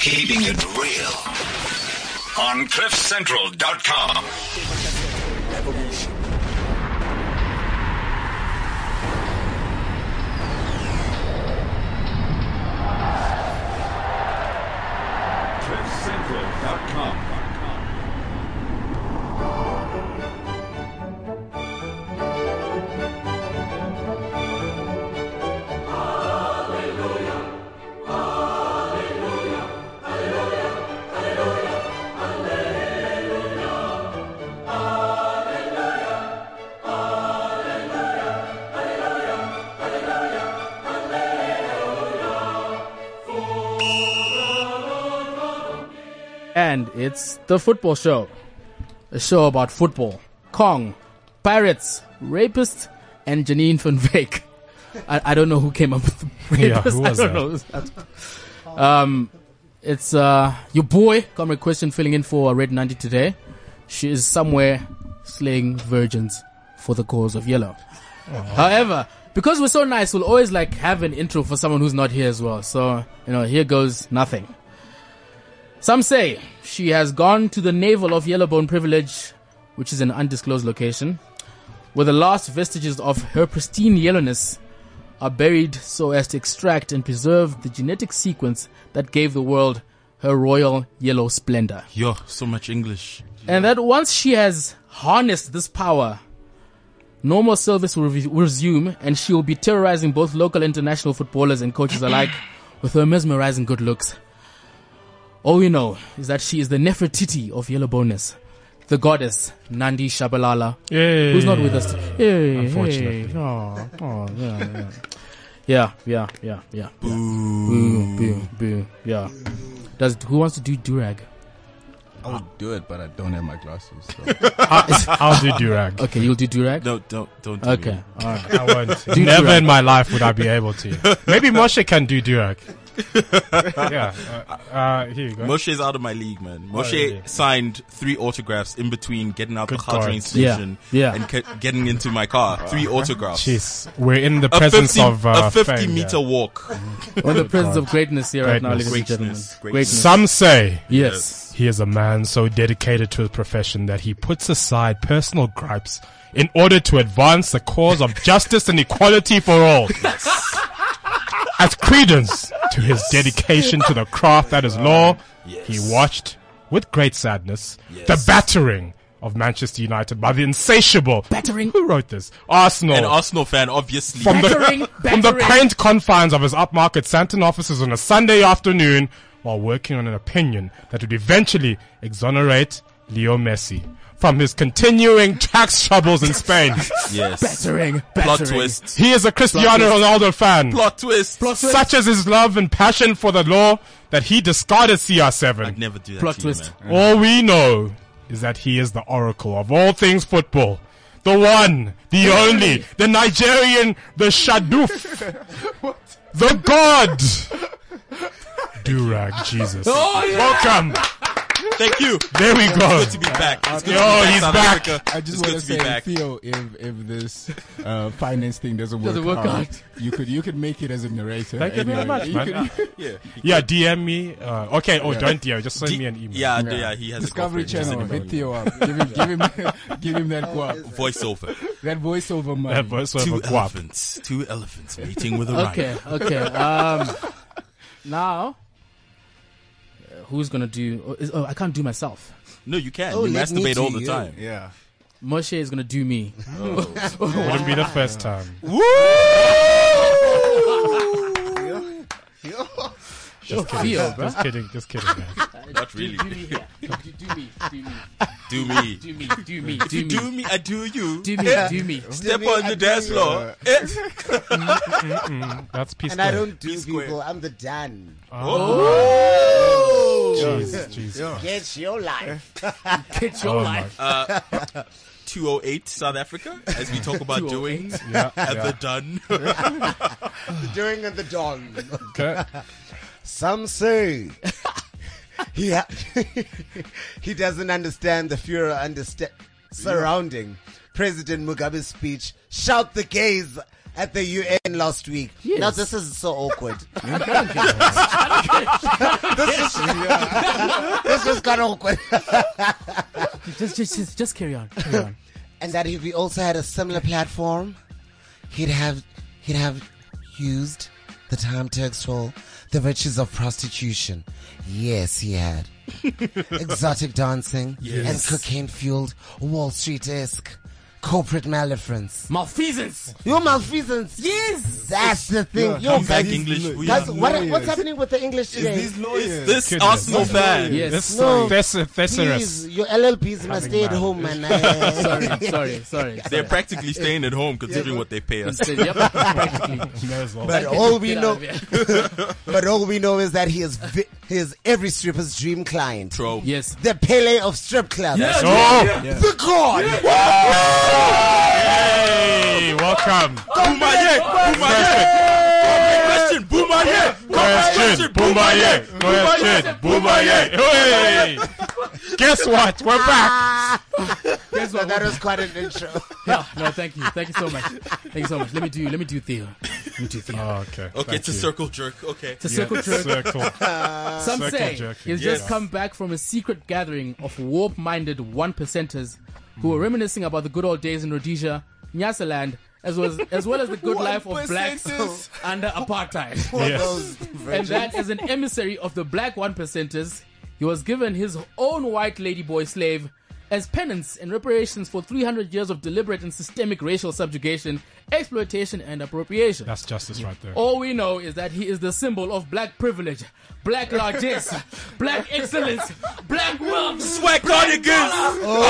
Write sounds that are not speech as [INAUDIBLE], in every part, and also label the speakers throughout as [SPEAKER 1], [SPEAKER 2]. [SPEAKER 1] Keeping it real on CliffCentral.com.
[SPEAKER 2] Evolution.
[SPEAKER 3] And it's The Football Show, a show about football, Kong, pirates, rapists, and Janine van Veek. I, I don't know who came up with
[SPEAKER 4] [LAUGHS]
[SPEAKER 3] the
[SPEAKER 4] Yeah,
[SPEAKER 3] rapist.
[SPEAKER 4] who was
[SPEAKER 3] I don't know. um, it's uh, your boy, Comrade Question, filling in for Red 90 today. She is somewhere slaying virgins for the cause of yellow.
[SPEAKER 4] Uh-huh.
[SPEAKER 3] However, because we're so nice, we'll always like have an intro for someone who's not here as well. So, you know, here goes nothing. Some say she has gone to the navel of Yellowbone Privilege, which is an undisclosed location, where the last vestiges of her pristine yellowness are buried so as to extract and preserve the genetic sequence that gave the world her royal yellow splendor.
[SPEAKER 4] Yo, so much English.
[SPEAKER 3] And that once she has harnessed this power, normal service will re- resume and she will be terrorizing both local and international footballers and
[SPEAKER 4] [COUGHS]
[SPEAKER 3] coaches alike with her mesmerizing good looks. All we know is that she is the Nefertiti of Yellow Bonus, the goddess Nandi Shabalala,
[SPEAKER 4] Yeah.
[SPEAKER 3] who's not with us. Hey,
[SPEAKER 4] Unfortunately.
[SPEAKER 3] hey, oh, oh, yeah, yeah. yeah, yeah, yeah, yeah. Boo, boo, boo, yeah. Does who wants to do durag?
[SPEAKER 5] I would do it, but I don't have my glasses. So.
[SPEAKER 4] [LAUGHS]
[SPEAKER 3] [LAUGHS]
[SPEAKER 4] I'll do Durag.
[SPEAKER 3] Okay, you'll do durag.
[SPEAKER 6] No, don't don't. Do
[SPEAKER 3] Okay,
[SPEAKER 6] me.
[SPEAKER 3] all right.
[SPEAKER 4] I won't.
[SPEAKER 3] Do
[SPEAKER 4] Never
[SPEAKER 3] Durag.
[SPEAKER 4] in my life would I be able
[SPEAKER 3] [LAUGHS]
[SPEAKER 4] to. [LAUGHS] Maybe Moshe can do [LAUGHS] Durag. yeah. Uh, uh, here you go. Oh,
[SPEAKER 6] Moshe's out of my league, man. Moshe
[SPEAKER 4] really?
[SPEAKER 6] signed three autographs in between getting out
[SPEAKER 4] Good
[SPEAKER 6] the car train
[SPEAKER 4] God.
[SPEAKER 3] Yeah,
[SPEAKER 6] station
[SPEAKER 3] yeah.
[SPEAKER 6] and ca- getting into my car. Three autographs.
[SPEAKER 4] Jeez, we're in the
[SPEAKER 6] A
[SPEAKER 4] presence
[SPEAKER 6] 50,
[SPEAKER 4] of uh,
[SPEAKER 6] a 50
[SPEAKER 4] fame, yeah.
[SPEAKER 6] meter walk.
[SPEAKER 3] We're in the presence of greatness here right now, ladies
[SPEAKER 4] Greatness.
[SPEAKER 3] and gentlemen.
[SPEAKER 6] Greatness.
[SPEAKER 3] Greatness.
[SPEAKER 4] Some say
[SPEAKER 3] Yes.
[SPEAKER 4] he is a man so dedicated to his profession that he puts aside personal gripes in order to advance the cause of justice and equality for
[SPEAKER 3] [LAUGHS]
[SPEAKER 4] all. As credence to his dedication to the craft that is law, he watched with great sadness the battering of Manchester United by the insatiable
[SPEAKER 3] Battering.
[SPEAKER 4] Who wrote this? Arsenal.
[SPEAKER 6] An Arsenal fan, obviously.
[SPEAKER 4] From the- [LAUGHS]
[SPEAKER 3] Battering,
[SPEAKER 4] from the
[SPEAKER 3] battering.
[SPEAKER 4] quaint confines of his upmarket Santon offices on a Sunday afternoon while working on an opinion that would eventually exonerate Leo Messi from his continuing [LAUGHS] tax troubles in
[SPEAKER 3] [LAUGHS]
[SPEAKER 4] Spain.
[SPEAKER 6] yes.
[SPEAKER 3] Battering,
[SPEAKER 6] Plot
[SPEAKER 3] battering.
[SPEAKER 6] twist.
[SPEAKER 4] He is a Cristiano Ronaldo fan.
[SPEAKER 6] Plot twist.
[SPEAKER 3] Plot twist.
[SPEAKER 4] Such as his love and passion for the law that he discarded CR7.
[SPEAKER 6] I'd never do that.
[SPEAKER 3] Plot
[SPEAKER 6] to you,
[SPEAKER 3] twist.
[SPEAKER 6] man.
[SPEAKER 4] All we know is that he is the oracle of all things football. The one, the only, the Nigerian, the Shadoof, [LAUGHS] the God.
[SPEAKER 6] [LAUGHS]
[SPEAKER 4] Durag,
[SPEAKER 3] [LAUGHS]
[SPEAKER 4] Jesus.
[SPEAKER 3] Oh,
[SPEAKER 4] Welcome.
[SPEAKER 6] Thank you.
[SPEAKER 4] There we go.
[SPEAKER 6] Good to be back. It's good
[SPEAKER 4] Yo,
[SPEAKER 6] to be back.
[SPEAKER 4] he's
[SPEAKER 6] South
[SPEAKER 4] back.
[SPEAKER 6] Africa.
[SPEAKER 5] I just
[SPEAKER 6] it's
[SPEAKER 5] want to
[SPEAKER 6] good to be
[SPEAKER 5] say,
[SPEAKER 6] back.
[SPEAKER 5] Theo, if if this uh, finance thing doesn't work,
[SPEAKER 3] Doesn't work out.
[SPEAKER 5] you could you could make it as a narrator.
[SPEAKER 4] Thank you very
[SPEAKER 5] anyway.
[SPEAKER 4] much, man.
[SPEAKER 5] could-
[SPEAKER 6] [LAUGHS] Yeah.
[SPEAKER 4] Yeah, DM me. Uh, okay, oh, don't DM. Just send me an email.
[SPEAKER 6] Yeah, yeah, he has
[SPEAKER 5] Discovery
[SPEAKER 6] a girlfriend. Just
[SPEAKER 5] Channel,
[SPEAKER 6] anybody.
[SPEAKER 5] hit Theo up. Give him, give
[SPEAKER 3] [LAUGHS]
[SPEAKER 5] him, give him that guap,
[SPEAKER 6] Voiceover.
[SPEAKER 5] that voiceover money.
[SPEAKER 4] That voiceover
[SPEAKER 6] Two
[SPEAKER 4] guap.
[SPEAKER 6] elephants. Two elephants mating with a
[SPEAKER 3] Okay,
[SPEAKER 6] rhino.
[SPEAKER 3] okay. Um, now, uh, who's gonna do? Oh, is, oh, I can't do myself.
[SPEAKER 6] No, you can.
[SPEAKER 5] Oh,
[SPEAKER 6] you
[SPEAKER 5] let me
[SPEAKER 6] masturbate all
[SPEAKER 5] to
[SPEAKER 6] the
[SPEAKER 5] you.
[SPEAKER 6] time. Oh.
[SPEAKER 5] Yeah.
[SPEAKER 3] Moshe is gonna do me.
[SPEAKER 4] [LAUGHS] Wouldn't be the first time. Just
[SPEAKER 3] Yo,
[SPEAKER 4] kidding.
[SPEAKER 3] Theo,
[SPEAKER 4] Just kidding. Just kidding, man.
[SPEAKER 3] [LAUGHS]
[SPEAKER 6] Not really.
[SPEAKER 3] Do me here. Do, do me. Do me.
[SPEAKER 6] Do me.
[SPEAKER 3] Do me. Do me. Do
[SPEAKER 6] You
[SPEAKER 3] me.
[SPEAKER 6] do me, I do you.
[SPEAKER 3] [LAUGHS]
[SPEAKER 6] Eh?
[SPEAKER 3] Do me. Do me. Mm,
[SPEAKER 6] Step on the dance floor. Eh?
[SPEAKER 4] That's peace.
[SPEAKER 7] And I don't do
[SPEAKER 6] Be square.
[SPEAKER 7] people. I'm the Dan.
[SPEAKER 3] Oh.
[SPEAKER 6] Oh.
[SPEAKER 4] Jeez, jeez.
[SPEAKER 7] Get your life. [LAUGHS]
[SPEAKER 3] It's your
[SPEAKER 4] Oh, my-
[SPEAKER 3] life.
[SPEAKER 6] 208 South Africa as we talk
[SPEAKER 3] [LAUGHS]
[SPEAKER 6] about
[SPEAKER 3] oh
[SPEAKER 6] doings
[SPEAKER 4] Yeah,
[SPEAKER 6] at
[SPEAKER 4] yeah.
[SPEAKER 6] the done.
[SPEAKER 7] [LAUGHS] During and the dawn.
[SPEAKER 4] Okay.
[SPEAKER 7] Some say he ha- [LAUGHS] he doesn't understand the Fuhrer understa- surrounding President Mugabe's speech. Shout the gays at the UN last week.
[SPEAKER 3] Yes. [LAUGHS]
[SPEAKER 7] Now this is so awkward. this is got awkward.
[SPEAKER 3] Just, just, just, just carry on. Carry on.
[SPEAKER 7] [LAUGHS] and that if we also had a similar platform, he'd have he'd have used the time to extol the virtues of prostitution. Yes, he had exotic dancing
[SPEAKER 6] Yes.
[SPEAKER 7] and cocaine-fueled Wall Street-esque corporate malfeasance.
[SPEAKER 3] Malfeasance.
[SPEAKER 7] Your malfeasance. Yes, that's the thing.
[SPEAKER 5] Yeah,
[SPEAKER 7] Yo,
[SPEAKER 5] come
[SPEAKER 6] back
[SPEAKER 7] guys,
[SPEAKER 5] these
[SPEAKER 6] English.
[SPEAKER 5] lo-
[SPEAKER 6] we
[SPEAKER 7] guys,
[SPEAKER 6] are-
[SPEAKER 7] what, what's
[SPEAKER 5] lawyers.
[SPEAKER 7] happening with the English today?
[SPEAKER 5] These lawyers.
[SPEAKER 6] [LAUGHS] This
[SPEAKER 4] Goodness.
[SPEAKER 6] Arsenal fan.
[SPEAKER 3] Yes.
[SPEAKER 4] This
[SPEAKER 7] No.
[SPEAKER 4] Thess- Thesaurus.
[SPEAKER 7] Please, your LLPs must stay at
[SPEAKER 4] man.
[SPEAKER 7] home,
[SPEAKER 3] [LAUGHS]
[SPEAKER 7] man.
[SPEAKER 3] sorry, sorry, sorry.
[SPEAKER 6] They're practically staying at home considering what they pay us.
[SPEAKER 3] sorry. Yep, practically.
[SPEAKER 4] [LAUGHS] May as well.
[SPEAKER 7] But all we
[SPEAKER 3] Get out
[SPEAKER 7] know,
[SPEAKER 3] of here.
[SPEAKER 7] [LAUGHS] but all we know is that he is vi- he is every stripper's dream client.
[SPEAKER 6] Bro.
[SPEAKER 3] Yes.
[SPEAKER 7] The Pele of strip clubs.
[SPEAKER 4] oh,
[SPEAKER 7] The God.
[SPEAKER 4] hey, welcome.
[SPEAKER 6] Boomaye!
[SPEAKER 7] Oh
[SPEAKER 6] Boomaye! Question! Boomaye!
[SPEAKER 4] Question, Boomaye. Question, Boomaye. Hey. Guess what? We're back.
[SPEAKER 7] [LAUGHS]
[SPEAKER 3] That's
[SPEAKER 7] So
[SPEAKER 3] what
[SPEAKER 7] that
[SPEAKER 3] we'll
[SPEAKER 7] was quite an intro.
[SPEAKER 3] do. [LAUGHS] Yeah, no, thank you. Thank you so much. Thank you so much. Let me do, let me do Theo. Let me do Theo.
[SPEAKER 4] Oh, okay.
[SPEAKER 6] Okay, it's a circle jerk. Okay.
[SPEAKER 3] it's a circle jerk.
[SPEAKER 4] Circle.
[SPEAKER 3] [LAUGHS] Some
[SPEAKER 4] Circle
[SPEAKER 3] say
[SPEAKER 4] jerking.
[SPEAKER 3] he's
[SPEAKER 6] Yes.
[SPEAKER 3] just come back from a secret gathering of warp minded one percenters who were reminiscing about the good old days in Rhodesia, Nyasaland, as well as, as, well as the good life of blacks
[SPEAKER 6] One-percenters.
[SPEAKER 7] [LAUGHS]
[SPEAKER 3] under apartheid.
[SPEAKER 7] For
[SPEAKER 4] Yes.
[SPEAKER 7] those
[SPEAKER 3] and
[SPEAKER 7] virgins.
[SPEAKER 3] that as an emissary of the black one percenters, he was given his own white ladyboy slave as penance and reparations for 300 years of deliberate and systemic racial subjugation, exploitation, and appropriation.
[SPEAKER 4] That's justice right there.
[SPEAKER 3] All we know is that he is the symbol of black privilege,
[SPEAKER 7] [LAUGHS]
[SPEAKER 3] black largesse, black excellence, black wealth.
[SPEAKER 6] Swag cardigans! Oh.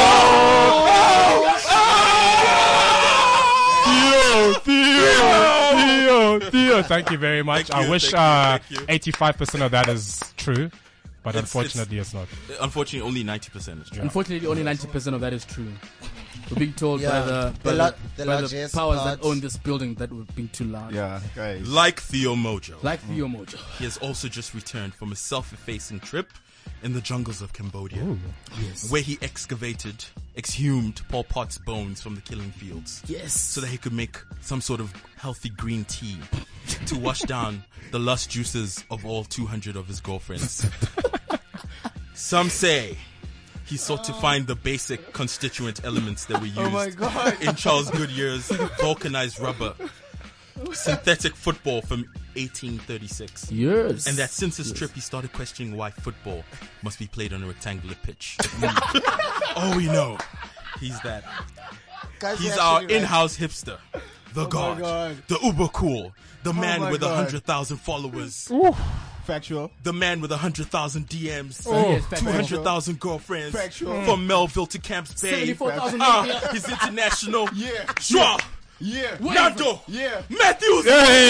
[SPEAKER 4] Theo, Theo, Theo, Theo. [LAUGHS] Thank you very much.
[SPEAKER 6] Thank you,
[SPEAKER 4] I wish
[SPEAKER 6] thank you,
[SPEAKER 4] uh,
[SPEAKER 6] thank you.
[SPEAKER 4] 85% of that is true, but
[SPEAKER 6] It's-
[SPEAKER 4] unfortunately it's, not.
[SPEAKER 6] Unfortunately, only 90% is true.
[SPEAKER 3] Unfortunately, only 90% of that is true. We're being told by
[SPEAKER 7] Yeah.
[SPEAKER 3] the,
[SPEAKER 7] The
[SPEAKER 3] by
[SPEAKER 7] la-
[SPEAKER 3] the,
[SPEAKER 7] the
[SPEAKER 3] by the
[SPEAKER 7] largest
[SPEAKER 3] powers
[SPEAKER 7] part.
[SPEAKER 3] that own this building that we're being too loud.
[SPEAKER 5] Yeah, guys.
[SPEAKER 6] Like Theo Mojo,
[SPEAKER 3] Like Theo Mojo.
[SPEAKER 6] [LAUGHS] he has also just returned from a self-effacing trip in the jungles of Cambodia, where he excavated, exhumed Paul Pot's bones from the killing fields.
[SPEAKER 3] Yes.
[SPEAKER 6] so that he could make some sort of healthy green tea to wash down the lust juices of all 200 of his girlfriends. [LAUGHS] some say he sought to find the basic constituent elements that were
[SPEAKER 7] Oh
[SPEAKER 6] used in Charles Goodyear's vulcanized rubber synthetic football from 1836.
[SPEAKER 3] Years.
[SPEAKER 6] And that since his trip, he started questioning why football must be played on a rectangular pitch. [LAUGHS] oh, we know. He's that.
[SPEAKER 7] Guys,
[SPEAKER 6] He's
[SPEAKER 7] you're
[SPEAKER 6] our
[SPEAKER 7] actually right. Oh
[SPEAKER 6] in-house hipster, the Oh god,
[SPEAKER 5] God.
[SPEAKER 6] the uber cool, the
[SPEAKER 3] Oh
[SPEAKER 6] man
[SPEAKER 5] my
[SPEAKER 6] with a
[SPEAKER 5] God.
[SPEAKER 6] hundred thousand followers,
[SPEAKER 5] Factual.
[SPEAKER 6] the man with a hundred thousand DMs,
[SPEAKER 3] yes,
[SPEAKER 6] two hundred thousand girlfriends,
[SPEAKER 5] Factual.
[SPEAKER 6] from Melville to Camps Bay.
[SPEAKER 3] 74,000
[SPEAKER 6] Ah, he's international.
[SPEAKER 5] Yeah.
[SPEAKER 6] Schwab,
[SPEAKER 5] Yeah.
[SPEAKER 6] Nando,
[SPEAKER 5] Yeah.
[SPEAKER 6] Matthews. Ah!
[SPEAKER 4] Hey,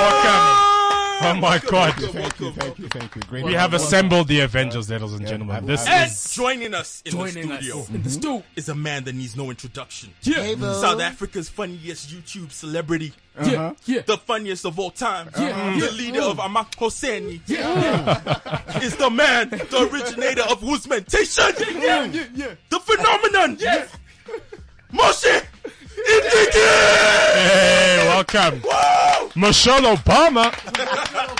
[SPEAKER 4] welcome. Oh my
[SPEAKER 5] Thank
[SPEAKER 4] god.
[SPEAKER 5] you, thank you, thank you, thank you. Great.
[SPEAKER 4] We have assembled the Avengers, ladies and gentlemen. This
[SPEAKER 6] And
[SPEAKER 4] is
[SPEAKER 6] joining us in
[SPEAKER 3] joining
[SPEAKER 6] the
[SPEAKER 3] us Mm-hmm.
[SPEAKER 6] studio
[SPEAKER 3] in the stool.
[SPEAKER 6] is a man that needs no introduction.
[SPEAKER 3] Yeah.
[SPEAKER 7] Abel.
[SPEAKER 6] South Africa's funniest YouTube celebrity,
[SPEAKER 3] Yeah. Uh-huh. Yeah.
[SPEAKER 6] the funniest of all time,
[SPEAKER 3] Yeah.
[SPEAKER 6] the leader of Amak Hosseini,
[SPEAKER 3] Yeah.
[SPEAKER 6] is the man, the originator of Woosmentation,
[SPEAKER 3] Yeah. Yeah.
[SPEAKER 6] the phenomenon. Yes. Moshe Indiki.
[SPEAKER 4] Hey, welcome. Michelle Obama.
[SPEAKER 7] [LAUGHS]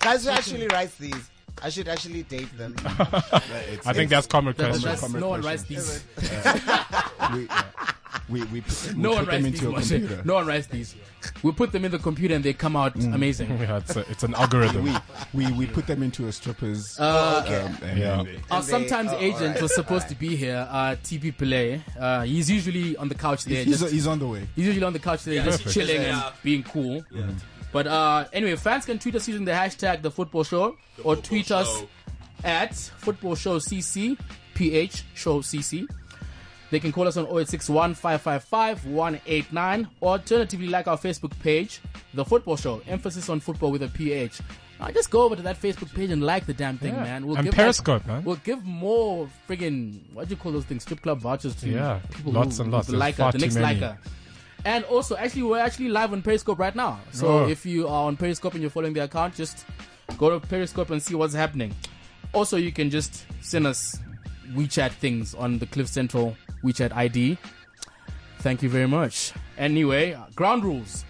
[SPEAKER 7] Guys, you actually write these. I should actually date them.
[SPEAKER 4] [LAUGHS] I think that's common
[SPEAKER 3] That's
[SPEAKER 4] question.
[SPEAKER 3] rice- no one writes these. [LAUGHS]
[SPEAKER 5] We, uh, we, we, put- we
[SPEAKER 3] No one
[SPEAKER 5] put them
[SPEAKER 3] writes these.
[SPEAKER 5] into a
[SPEAKER 3] Moshe.
[SPEAKER 5] computer.
[SPEAKER 3] No one writes these. We put them in the computer and they come out [LAUGHS] amazing.
[SPEAKER 4] Yeah, it's, a, it's an algorithm.
[SPEAKER 5] We, we, we put them into a stripper's.
[SPEAKER 3] Oh,
[SPEAKER 5] um, and-
[SPEAKER 4] Yeah.
[SPEAKER 5] and-
[SPEAKER 3] Uh, Our
[SPEAKER 7] they-
[SPEAKER 3] sometimes
[SPEAKER 7] oh,
[SPEAKER 3] agent
[SPEAKER 7] alright,
[SPEAKER 3] was supposed to be here, uh, TB Pillay. Uh, he's usually on the couch there.
[SPEAKER 5] he's,
[SPEAKER 3] just,
[SPEAKER 5] he's on the way.
[SPEAKER 3] he's usually on the couch there, just
[SPEAKER 6] Perfect.
[SPEAKER 3] chilling
[SPEAKER 6] Yeah.
[SPEAKER 3] and being cool. But uh, anyway, fans can tweet us using the hashtag the football show or tweet us at football show CC, PH show CC. They can call us on 0861 555 189. Alternatively, like our Facebook page, The Football Show, emphasis on football with a PH. Now, just go over to that Facebook page and like the damn thing,
[SPEAKER 4] Yeah.
[SPEAKER 3] man. We'll
[SPEAKER 4] And
[SPEAKER 3] give
[SPEAKER 4] Periscope, man.
[SPEAKER 3] We'll give more friggin' what do you call those things? Strip club vouchers to
[SPEAKER 4] Yeah.
[SPEAKER 3] people
[SPEAKER 4] Lots
[SPEAKER 3] who,
[SPEAKER 4] and lots.
[SPEAKER 3] who
[SPEAKER 4] There's
[SPEAKER 3] like
[SPEAKER 4] far
[SPEAKER 3] her, the
[SPEAKER 4] too
[SPEAKER 3] next
[SPEAKER 4] many.
[SPEAKER 3] liker. And also, actually, we're actually live on Periscope right now. So
[SPEAKER 4] Oh.
[SPEAKER 3] if you are on Periscope and you're following the account, just go to Periscope and see what's happening. Also, you can just send us WeChat things on the Cliff Central WeChat ID. Thank you very much. Anyway, uh, ground rules.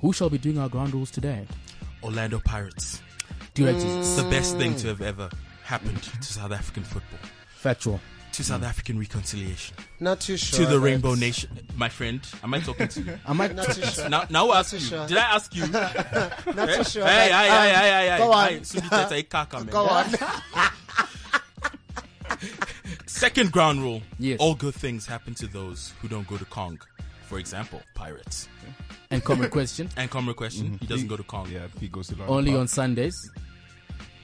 [SPEAKER 3] Who shall be doing our ground rules today?
[SPEAKER 6] Orlando Pirates.
[SPEAKER 3] Do you actually-
[SPEAKER 7] Mm.
[SPEAKER 6] It's the best thing to have ever happened to South African football,
[SPEAKER 3] Factual. Mm.
[SPEAKER 6] to South African reconciliation,
[SPEAKER 7] Not too sure.
[SPEAKER 6] to the
[SPEAKER 7] but-
[SPEAKER 6] Rainbow Nation. My friend, am I talking to you?
[SPEAKER 3] [LAUGHS] Am I?
[SPEAKER 7] Not too sure.
[SPEAKER 6] now, now I ask you.
[SPEAKER 7] sure.
[SPEAKER 6] Did I ask you? hey,
[SPEAKER 7] Not too sure.
[SPEAKER 6] hey,
[SPEAKER 7] but, um,
[SPEAKER 6] hey, hey, hey, hey.
[SPEAKER 7] Go
[SPEAKER 6] Hey,
[SPEAKER 7] on.
[SPEAKER 6] Sundita, it's a kaka, man.
[SPEAKER 7] Go on. [LAUGHS]
[SPEAKER 6] Second ground rule.
[SPEAKER 3] Yes.
[SPEAKER 6] All good things happen to those who don't go to Kong. For example, pirates.
[SPEAKER 3] And common question. Mm-hmm.
[SPEAKER 6] And Comrade question, he doesn't go to Kong. Yeah,
[SPEAKER 5] Yeah, he goes to London.
[SPEAKER 3] Only
[SPEAKER 5] Park.
[SPEAKER 3] on Sundays.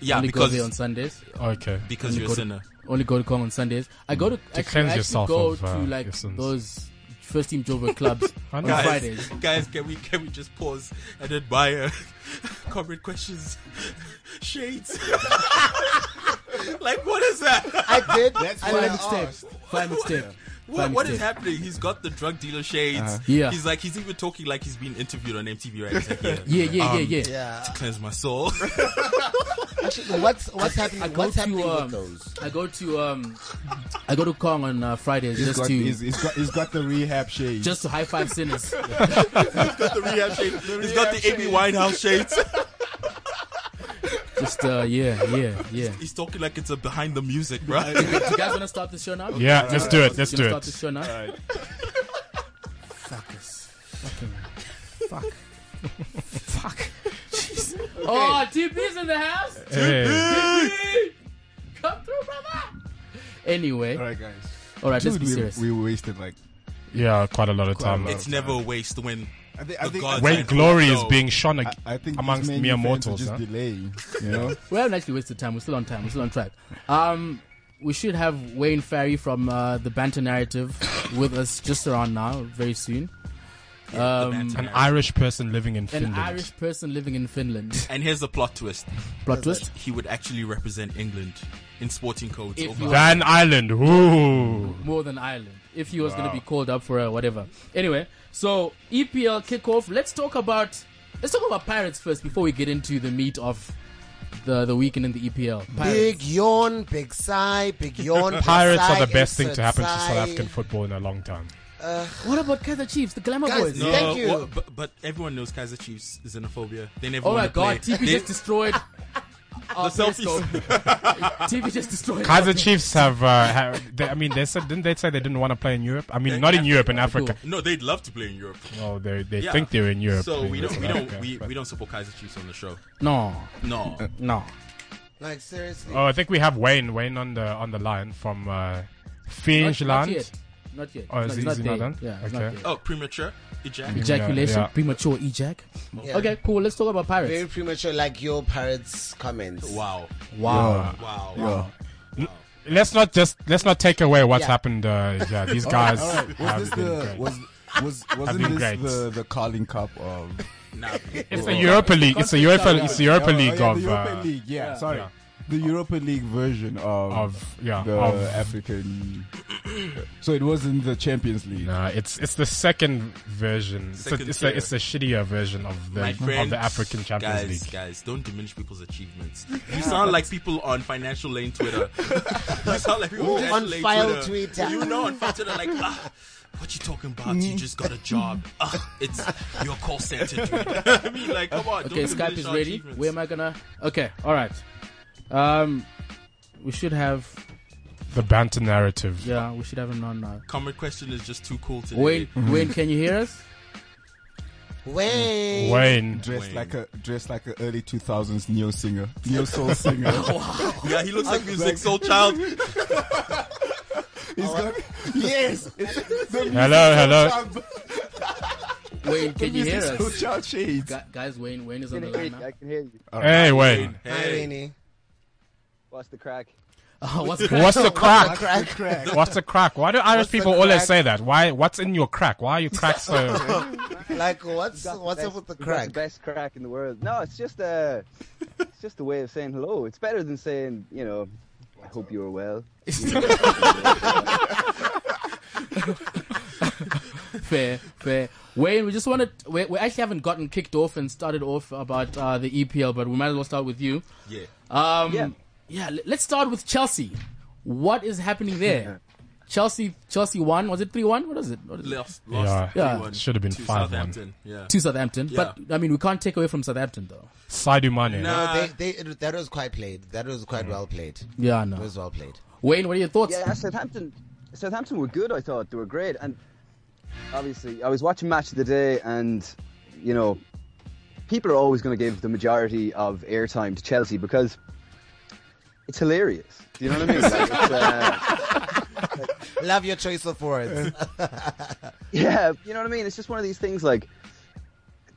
[SPEAKER 3] only go
[SPEAKER 6] Uh, because
[SPEAKER 3] there on Sundays.
[SPEAKER 4] Okay.
[SPEAKER 6] because you're a
[SPEAKER 3] go to-
[SPEAKER 6] sinner.
[SPEAKER 3] Only go to Kong on Sundays. I go to, actually, I
[SPEAKER 4] cleanse
[SPEAKER 3] actually
[SPEAKER 4] yourself
[SPEAKER 3] go
[SPEAKER 4] of,
[SPEAKER 3] to
[SPEAKER 4] uh,
[SPEAKER 3] like
[SPEAKER 4] your sins.
[SPEAKER 3] those first team
[SPEAKER 4] [LAUGHS]
[SPEAKER 3] Joburg clubs on
[SPEAKER 4] know. Guys.
[SPEAKER 3] Fridays.
[SPEAKER 6] Guys, can we can we just pause and admire [LAUGHS] Comrade questions [LAUGHS] shades? [LAUGHS] like what is that?
[SPEAKER 7] I did.
[SPEAKER 5] That's
[SPEAKER 7] I
[SPEAKER 5] why
[SPEAKER 7] like-
[SPEAKER 5] I
[SPEAKER 3] Mistake.
[SPEAKER 5] asked.
[SPEAKER 3] Fire mistake.
[SPEAKER 6] What,
[SPEAKER 3] Fire
[SPEAKER 6] what is
[SPEAKER 3] mistake.
[SPEAKER 6] happening? He's got the drug dealer shades.
[SPEAKER 3] Uh-huh. Yeah.
[SPEAKER 6] He's like he's even talking like he's being interviewed on MTV right
[SPEAKER 3] [LAUGHS]
[SPEAKER 6] He's like, yeah.
[SPEAKER 3] Yeah, yeah,
[SPEAKER 6] Um,
[SPEAKER 3] yeah, yeah.
[SPEAKER 7] Yeah.
[SPEAKER 6] To
[SPEAKER 3] [LAUGHS]
[SPEAKER 6] cleanse my soul. [LAUGHS]
[SPEAKER 7] Actually, what's what's happening?
[SPEAKER 3] I go
[SPEAKER 7] what's
[SPEAKER 3] to,
[SPEAKER 7] happening
[SPEAKER 3] um,
[SPEAKER 7] with those?
[SPEAKER 3] I go to um, I go to Kong on uh, Fridays
[SPEAKER 5] He's
[SPEAKER 3] just
[SPEAKER 5] got,
[SPEAKER 3] to
[SPEAKER 5] he's, he's got, he's got the rehab shade.
[SPEAKER 3] just to high five
[SPEAKER 6] [LAUGHS]
[SPEAKER 3] sinners.
[SPEAKER 6] the rehab shades. He's got the Amy Winehouse shades.
[SPEAKER 3] just uh, yeah, yeah, yeah.
[SPEAKER 6] He's talking like it's a behind the music, right?
[SPEAKER 3] Do [LAUGHS] you guys
[SPEAKER 6] [LAUGHS]
[SPEAKER 3] want to start the show now?
[SPEAKER 4] Yeah, let's do it. Let's
[SPEAKER 3] You
[SPEAKER 4] do
[SPEAKER 3] wanna start the
[SPEAKER 4] it.
[SPEAKER 3] show now.
[SPEAKER 5] Alright.
[SPEAKER 3] [LAUGHS] Fuckers. Fucking. Fuck. Fuck. Jeez. Oh, TP's in the house.
[SPEAKER 4] Hey.
[SPEAKER 3] Come through, brother. Anyway,
[SPEAKER 5] All
[SPEAKER 3] all
[SPEAKER 5] right, guys.
[SPEAKER 3] right, let's
[SPEAKER 5] Dude,
[SPEAKER 3] be serious.
[SPEAKER 5] we, we wasted like.
[SPEAKER 4] Yeah, quite a lot of time.
[SPEAKER 6] It's never a waste when
[SPEAKER 5] I think, I
[SPEAKER 6] The
[SPEAKER 5] think,
[SPEAKER 6] gods
[SPEAKER 5] I
[SPEAKER 4] When
[SPEAKER 5] think,
[SPEAKER 4] glory is
[SPEAKER 6] No.
[SPEAKER 4] being shone ag-
[SPEAKER 5] I think
[SPEAKER 4] amongst
[SPEAKER 5] these
[SPEAKER 4] mere
[SPEAKER 5] menu fans will
[SPEAKER 4] mortals.
[SPEAKER 5] just
[SPEAKER 4] huh?
[SPEAKER 5] delay,
[SPEAKER 4] [LAUGHS]
[SPEAKER 5] you know.
[SPEAKER 3] We haven't actually wasted time. We're still on time. We're still on track. Um, we should have Wayne Ferry from uh, the Banter Narrative with us just around now, very soon.
[SPEAKER 6] the
[SPEAKER 3] Um,
[SPEAKER 6] banter
[SPEAKER 4] An
[SPEAKER 6] narrative.
[SPEAKER 4] Irish person living in
[SPEAKER 3] an
[SPEAKER 4] Finland.
[SPEAKER 3] Irish person living in Finland.
[SPEAKER 6] [LAUGHS] and here's the plot twist.
[SPEAKER 3] Plot twist.
[SPEAKER 6] He would actually represent England in sporting codes
[SPEAKER 3] If
[SPEAKER 6] over
[SPEAKER 3] you-
[SPEAKER 4] Van Island. Ooh.
[SPEAKER 3] more than Ireland if he was going to be called up for uh, whatever. Anyway, so EPL kickoff. Let's talk about let's talk about Pirates first before we get into the meat of the the weekend in the EPL. Pirates.
[SPEAKER 7] Big yawn, big sigh, big yawn. big
[SPEAKER 4] Pirates
[SPEAKER 7] sigh,
[SPEAKER 4] are the best thing
[SPEAKER 7] insert
[SPEAKER 4] to happen to South
[SPEAKER 7] sigh.
[SPEAKER 4] African football in a long time.
[SPEAKER 3] What about Kaiser Chiefs, the Glamour
[SPEAKER 7] Guys,
[SPEAKER 3] Boys?
[SPEAKER 7] no. Thank you.
[SPEAKER 6] what- but, but everyone knows Kaiser Chiefs is xenophobia. They never
[SPEAKER 3] Oh my
[SPEAKER 6] want to
[SPEAKER 3] God,
[SPEAKER 6] play.
[SPEAKER 3] TP just
[SPEAKER 6] [LAUGHS]
[SPEAKER 3] destroyed. Our
[SPEAKER 6] selfies. [LAUGHS]
[SPEAKER 3] TV just destroyed.
[SPEAKER 4] Kaiser
[SPEAKER 3] our
[SPEAKER 4] Chiefs have, uh, have they, I mean, they said didn't they say they didn't want to play in Europe? I mean,
[SPEAKER 6] In
[SPEAKER 4] not in
[SPEAKER 6] Africa.
[SPEAKER 4] Europe, in Africa.
[SPEAKER 6] no, they'd love to play in Europe.
[SPEAKER 4] Oh, they they
[SPEAKER 6] Yeah.
[SPEAKER 4] think they're in Europe.
[SPEAKER 6] So
[SPEAKER 4] in
[SPEAKER 6] we don't,
[SPEAKER 4] South
[SPEAKER 6] we don't,
[SPEAKER 4] Africa,
[SPEAKER 6] we,
[SPEAKER 4] but-
[SPEAKER 6] we don't support Kaiser Chiefs on the show.
[SPEAKER 3] No,
[SPEAKER 6] No,
[SPEAKER 3] no.
[SPEAKER 7] Like seriously.
[SPEAKER 4] Oh, I think we have Wayne Wayne on the on the line from uh,
[SPEAKER 3] Not, not
[SPEAKER 4] Finland.
[SPEAKER 3] yet. Not yet.
[SPEAKER 4] Oh,
[SPEAKER 3] No,
[SPEAKER 4] is
[SPEAKER 3] it's
[SPEAKER 4] he-
[SPEAKER 3] not
[SPEAKER 4] is he not
[SPEAKER 3] there.
[SPEAKER 4] done?
[SPEAKER 3] Yeah, it's
[SPEAKER 4] Okay.
[SPEAKER 3] not there.
[SPEAKER 6] oh, premature eject.
[SPEAKER 3] Ejaculation,
[SPEAKER 4] Yeah.
[SPEAKER 3] premature E ejac.
[SPEAKER 7] Yeah.
[SPEAKER 3] Okay, cool. Let's talk about Pirates.
[SPEAKER 7] Very premature, like your Pirates comments.
[SPEAKER 6] Wow,
[SPEAKER 3] Wow.
[SPEAKER 6] wow,
[SPEAKER 5] Yeah.
[SPEAKER 4] Let's not just let's not take away what's
[SPEAKER 7] Yeah.
[SPEAKER 4] happened. Uh,
[SPEAKER 3] [LAUGHS]
[SPEAKER 4] yeah, these guys
[SPEAKER 5] All right.
[SPEAKER 4] have
[SPEAKER 5] Was this [COUGHS]
[SPEAKER 4] been
[SPEAKER 5] the
[SPEAKER 4] great.
[SPEAKER 5] was was wasn't
[SPEAKER 4] been
[SPEAKER 5] this
[SPEAKER 4] great.
[SPEAKER 5] the the Carling Cup of?
[SPEAKER 6] Nah,
[SPEAKER 4] it's a Europa League. It's a Europa.
[SPEAKER 3] Conference
[SPEAKER 4] It's a Europa
[SPEAKER 5] Oh,
[SPEAKER 4] League
[SPEAKER 5] yeah,
[SPEAKER 4] of
[SPEAKER 5] the Europa
[SPEAKER 4] uh,
[SPEAKER 5] League. Yeah, sorry,
[SPEAKER 4] Yeah.
[SPEAKER 5] the Europa League version of
[SPEAKER 4] of yeah
[SPEAKER 5] the
[SPEAKER 4] of
[SPEAKER 5] African. So it wasn't the Champions League.
[SPEAKER 4] Nah, it's it's the second version. It's a-
[SPEAKER 6] Second
[SPEAKER 4] it's, a,
[SPEAKER 6] tier.
[SPEAKER 4] it's, a, shittier version of the
[SPEAKER 6] my friend,
[SPEAKER 4] of the African Champions
[SPEAKER 6] guys,
[SPEAKER 4] League.
[SPEAKER 6] Guys, don't diminish people's achievements.
[SPEAKER 4] [LAUGHS]
[SPEAKER 6] You sound like people on financial lane Twitter. you sound like people on, financial
[SPEAKER 7] on
[SPEAKER 6] lane
[SPEAKER 7] file
[SPEAKER 6] Twitter.
[SPEAKER 7] Twitter.
[SPEAKER 6] You know, on file Twitter, like, ah, what you talking about? You just got a job. Ah, it's your call center. Dude. [LAUGHS] I mean, like, come on.
[SPEAKER 3] Okay,
[SPEAKER 6] don't
[SPEAKER 3] Skype
[SPEAKER 6] diminish
[SPEAKER 3] is
[SPEAKER 6] our
[SPEAKER 3] ready.
[SPEAKER 6] achievements.
[SPEAKER 3] Where am I gonna? Okay, all right. Um, we should have.
[SPEAKER 4] The banter narrative.
[SPEAKER 3] Yeah, we should have him on now.
[SPEAKER 6] Comment question is just too cool today. Mm-hmm.
[SPEAKER 3] Wayne, Wayne, can you hear us?
[SPEAKER 7] Wait.
[SPEAKER 4] Wayne,
[SPEAKER 5] Dressed
[SPEAKER 6] Wayne.
[SPEAKER 5] like a dressed like a early two thousands neo singer, neo
[SPEAKER 6] [LAUGHS]
[SPEAKER 5] soul singer.
[SPEAKER 6] Yeah, he looks like music soul child.
[SPEAKER 5] He's got
[SPEAKER 6] [LAUGHS]
[SPEAKER 5] yes. it's the music
[SPEAKER 4] Hello, hello.
[SPEAKER 5] sound-
[SPEAKER 3] Wayne,
[SPEAKER 5] the
[SPEAKER 3] can you [LAUGHS] hear
[SPEAKER 5] music soul
[SPEAKER 3] us?
[SPEAKER 5] child shades.
[SPEAKER 3] Gu- Guys, Wayne, Wayne is on the
[SPEAKER 8] can hear
[SPEAKER 3] line
[SPEAKER 8] you.
[SPEAKER 3] now.
[SPEAKER 8] I can hear you.
[SPEAKER 4] Hey Wayne.
[SPEAKER 7] Hi,
[SPEAKER 6] Hey,
[SPEAKER 7] Rainey.
[SPEAKER 8] What's the
[SPEAKER 7] [LAUGHS]
[SPEAKER 8] crack?
[SPEAKER 3] Oh,
[SPEAKER 8] [LAUGHS]
[SPEAKER 3] what's
[SPEAKER 4] What's the crack?
[SPEAKER 5] Crack, crack.
[SPEAKER 4] What's the [LAUGHS] crack? Why do Irish
[SPEAKER 7] What's the
[SPEAKER 4] people always
[SPEAKER 7] crack?
[SPEAKER 4] say that? Why? What's in your crack? Why are you crack
[SPEAKER 8] [LAUGHS]
[SPEAKER 4] so?
[SPEAKER 7] [LAUGHS] Like what's
[SPEAKER 8] Got the
[SPEAKER 7] what's up
[SPEAKER 8] best-
[SPEAKER 7] with the
[SPEAKER 8] we got
[SPEAKER 7] crack?
[SPEAKER 8] The best crack in the world. No, it's just a, it's just a way of saying hello. It's better than saying, you know, I hope you're
[SPEAKER 7] [LAUGHS]
[SPEAKER 8] well.
[SPEAKER 4] [LAUGHS]
[SPEAKER 3] fair, fair. Wayne, we just wanted. We, we actually haven't gotten kicked off and started off about uh, the EPL, but we might as well start with you.
[SPEAKER 6] Yeah.
[SPEAKER 3] Um,
[SPEAKER 8] Yeah. [LAUGHS]
[SPEAKER 3] yeah. le- Let's start with Chelsea. What is happening there? Chelsea Chelsea won. Was it three one? What is it? What is it?
[SPEAKER 6] Lost, lost
[SPEAKER 3] Yeah.
[SPEAKER 6] 3-1
[SPEAKER 4] Should have been
[SPEAKER 6] to
[SPEAKER 4] 5-1.
[SPEAKER 6] Southampton. Yeah.
[SPEAKER 3] To Southampton, but I mean we can't take away from Southampton though.
[SPEAKER 4] Saidu Mane.
[SPEAKER 6] No.
[SPEAKER 7] No, they, they, it- that was quite played. That was quite well played.
[SPEAKER 3] Yeah,
[SPEAKER 7] It
[SPEAKER 3] no.
[SPEAKER 7] was well played.
[SPEAKER 3] Wayne, what are your thoughts?
[SPEAKER 8] Yeah, Southampton. Southampton were good. I thought they were great, and obviously, I was watching match of the day, and you know, people are always going to give the majority of airtime to Chelsea because it's hilarious. Do you know what I mean? Like, it's, uh,
[SPEAKER 7] Love your choice of words. [LAUGHS]
[SPEAKER 8] yeah, you know what I mean. It's just one of these things. Like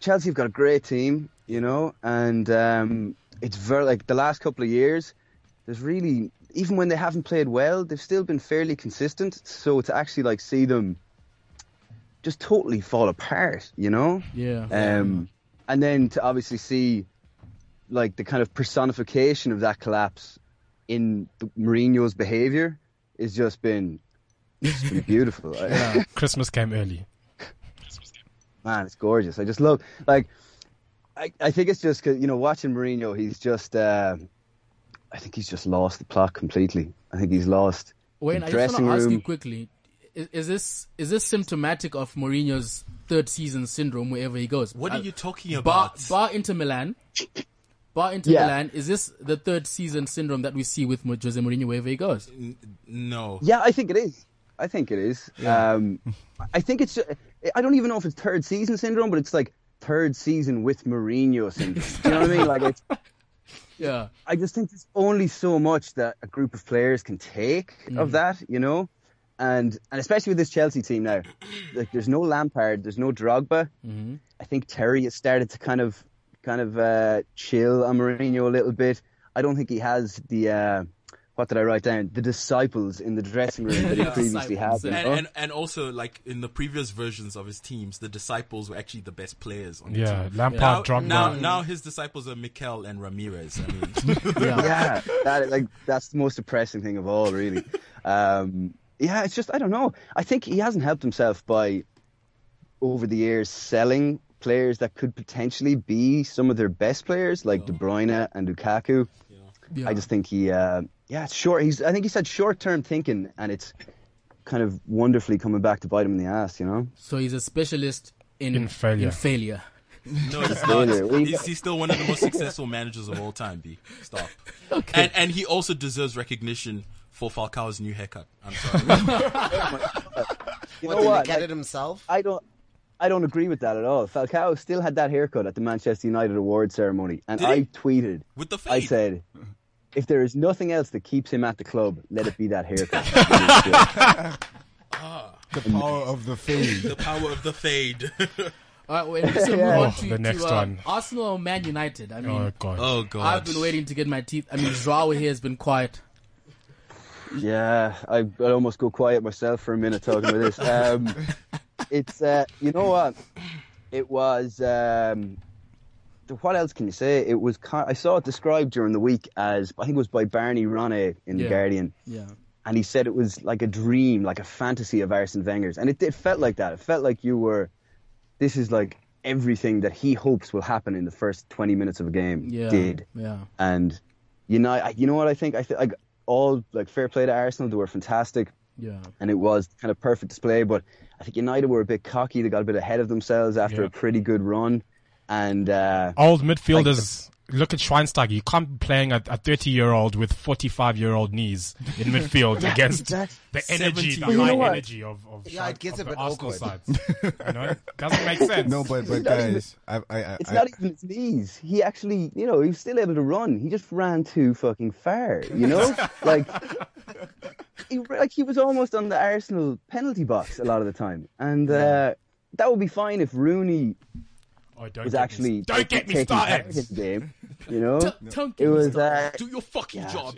[SPEAKER 8] Chelsea have got a great team, you know, and um, it's very like the last couple of years. There's really even when they haven't played well, they've still been fairly consistent. So to actually like see them just totally fall apart, you know?
[SPEAKER 3] Yeah.
[SPEAKER 8] Um, and then to obviously see like the kind of personification of that collapse in the, Mourinho's behavior is just been, it's
[SPEAKER 3] [LAUGHS]
[SPEAKER 8] been beautiful.
[SPEAKER 4] Christmas came early.
[SPEAKER 8] Man, it's gorgeous. I just love like I, I think it's just 'cause, you know watching Mourinho, he's just uh, I think he's just lost the plot completely. I think he's lost.
[SPEAKER 3] Wayne,
[SPEAKER 8] the
[SPEAKER 3] I just
[SPEAKER 8] dressing
[SPEAKER 3] want to ask
[SPEAKER 8] room.
[SPEAKER 3] you quickly: is, is this is this symptomatic of Mourinho's third season syndrome wherever he goes?
[SPEAKER 6] What are
[SPEAKER 3] Uh,
[SPEAKER 6] you talking
[SPEAKER 3] Bar,
[SPEAKER 6] about?
[SPEAKER 3] bar Inter Milan, bar Inter
[SPEAKER 8] Yeah.
[SPEAKER 3] Milan. Is this the third season syndrome that we see with Mo- Jose Mourinho wherever he goes?
[SPEAKER 6] no.
[SPEAKER 8] Yeah, I think it is. I think it is. Um, I think it's. I don't even know if it's third season syndrome, but it's like third season with Mourinho syndrome. Do you know what I mean? Like it's.
[SPEAKER 3] Yeah,
[SPEAKER 8] I just think there's only so much that a group of players can take of that, you know, and and especially with this Chelsea team now, like there's no Lampard, there's no Drogba. Mm-hmm. I think Terry has started to kind of kind of uh, chill on Mourinho a little bit. I don't think he has the uh, what did I write down? The disciples in the dressing room
[SPEAKER 6] [LAUGHS]
[SPEAKER 8] that he previously had.
[SPEAKER 3] Disciples,
[SPEAKER 8] you
[SPEAKER 3] [LAUGHS] yeah.
[SPEAKER 6] And,
[SPEAKER 8] know?
[SPEAKER 6] and and also like in the previous versions of his teams, the disciples were actually the best players on the team.
[SPEAKER 4] Yeah, Lampard,
[SPEAKER 6] Now,
[SPEAKER 4] Drogba.
[SPEAKER 6] now, now his disciples are Mikel and Ramirez. I mean,
[SPEAKER 4] [LAUGHS]
[SPEAKER 8] [LAUGHS] yeah, that like that's the most depressing thing of all, really. Um, yeah, it's just I don't know. I think he hasn't helped himself by over the years selling players that could potentially be some of their best players, like De Bruyne and Lukaku.
[SPEAKER 3] yeah.
[SPEAKER 8] I just think he, uh, yeah, it's short. He's I think he said short term thinking, and it's kind of wonderfully coming back to bite him in the ass, you know.
[SPEAKER 3] so he's a specialist in
[SPEAKER 4] In failure.
[SPEAKER 3] In failure.
[SPEAKER 6] no,
[SPEAKER 8] [LAUGHS]
[SPEAKER 6] he's not.
[SPEAKER 8] Failure. We-
[SPEAKER 6] He's, he's still one of the most successful managers of all time. B. Stop. And and he also deserves recognition for Falcao's new haircut. I'm sorry.
[SPEAKER 8] You
[SPEAKER 7] What,
[SPEAKER 8] know
[SPEAKER 7] did
[SPEAKER 8] what?
[SPEAKER 7] he get
[SPEAKER 8] Like,
[SPEAKER 7] it himself?
[SPEAKER 8] I don't. I don't agree with that at all. Falcao still had that haircut at the Manchester United award ceremony, and
[SPEAKER 6] Did he?
[SPEAKER 8] I tweeted,
[SPEAKER 6] With the
[SPEAKER 8] I
[SPEAKER 6] fade.
[SPEAKER 8] said, if there is nothing else that keeps him at the club, let it be that haircut.
[SPEAKER 5] [LAUGHS]
[SPEAKER 6] [LAUGHS] Ah.
[SPEAKER 5] The power of the fade.
[SPEAKER 6] the power of the fade.
[SPEAKER 3] All right, Wayne.
[SPEAKER 8] [LAUGHS]
[SPEAKER 3] Just to move
[SPEAKER 8] Yeah.
[SPEAKER 3] on
[SPEAKER 4] Oh,
[SPEAKER 3] to,
[SPEAKER 4] the next
[SPEAKER 3] to, uh,
[SPEAKER 4] one.
[SPEAKER 3] Arsenal, or Man United. I mean,
[SPEAKER 4] Oh god.
[SPEAKER 6] oh God.
[SPEAKER 3] I've been waiting to get my teeth. I mean, Joao here has been quiet.
[SPEAKER 8] yeah, I, I almost go quiet myself for a minute talking about this.
[SPEAKER 6] [LAUGHS]
[SPEAKER 8] Um, it's uh, you know what? It was. Um, th- what else can you say? It was. ki- I saw it described during the week as I think it was by Barney Ronay in
[SPEAKER 3] Yeah.
[SPEAKER 8] the Guardian.
[SPEAKER 3] Yeah,
[SPEAKER 8] and he said it was like a dream, like a fantasy of Arsene Wenger's, and it, it felt like that. It felt like you were, this is like everything that he hopes will happen in the first twenty minutes of a game
[SPEAKER 3] yeah,
[SPEAKER 8] did,
[SPEAKER 3] yeah.
[SPEAKER 8] and you know, I, you know what I think? I think like all like fair play to Arsenal, they were fantastic,
[SPEAKER 3] Yeah,
[SPEAKER 8] and it was kind of perfect display. But I think United were a bit cocky. They got a bit ahead of themselves after
[SPEAKER 4] Yeah.
[SPEAKER 8] a pretty good run, and uh,
[SPEAKER 4] Old midfielders. Look at Schweinsteiger. You can't be playing a, a 30 year old with 45 year old knees in
[SPEAKER 8] [LAUGHS]
[SPEAKER 9] [LAUGHS]
[SPEAKER 4] midfield against the energy, the
[SPEAKER 6] 70.
[SPEAKER 4] high
[SPEAKER 8] You know what?
[SPEAKER 4] energy of, of,
[SPEAKER 7] Yeah,
[SPEAKER 4] Schwein-
[SPEAKER 7] it gets
[SPEAKER 4] of
[SPEAKER 7] a
[SPEAKER 4] the
[SPEAKER 7] bit
[SPEAKER 4] Arsenal
[SPEAKER 7] awkward.
[SPEAKER 4] sides.
[SPEAKER 8] [LAUGHS]
[SPEAKER 4] you know, doesn't make sense.
[SPEAKER 5] No, but but
[SPEAKER 8] not even-
[SPEAKER 5] guys, I I I,
[SPEAKER 8] It's
[SPEAKER 5] I,
[SPEAKER 8] not even his knees. He actually, you know, he was still able to run. He just ran too fucking far, you know? like, he, like, he was almost on the Arsenal penalty box a lot of the time. And uh, that would be fine if Rooney
[SPEAKER 4] Oh, don't
[SPEAKER 8] was
[SPEAKER 4] get me-
[SPEAKER 8] actually
[SPEAKER 4] don't get me
[SPEAKER 8] taking part in
[SPEAKER 4] started.
[SPEAKER 8] the game, you know?
[SPEAKER 3] Don't
[SPEAKER 8] it
[SPEAKER 3] get me
[SPEAKER 8] was,
[SPEAKER 3] started.
[SPEAKER 8] uh,
[SPEAKER 6] Do your
[SPEAKER 4] [LAUGHS]
[SPEAKER 8] [LAUGHS]
[SPEAKER 6] fucking
[SPEAKER 8] Yeah.
[SPEAKER 6] job.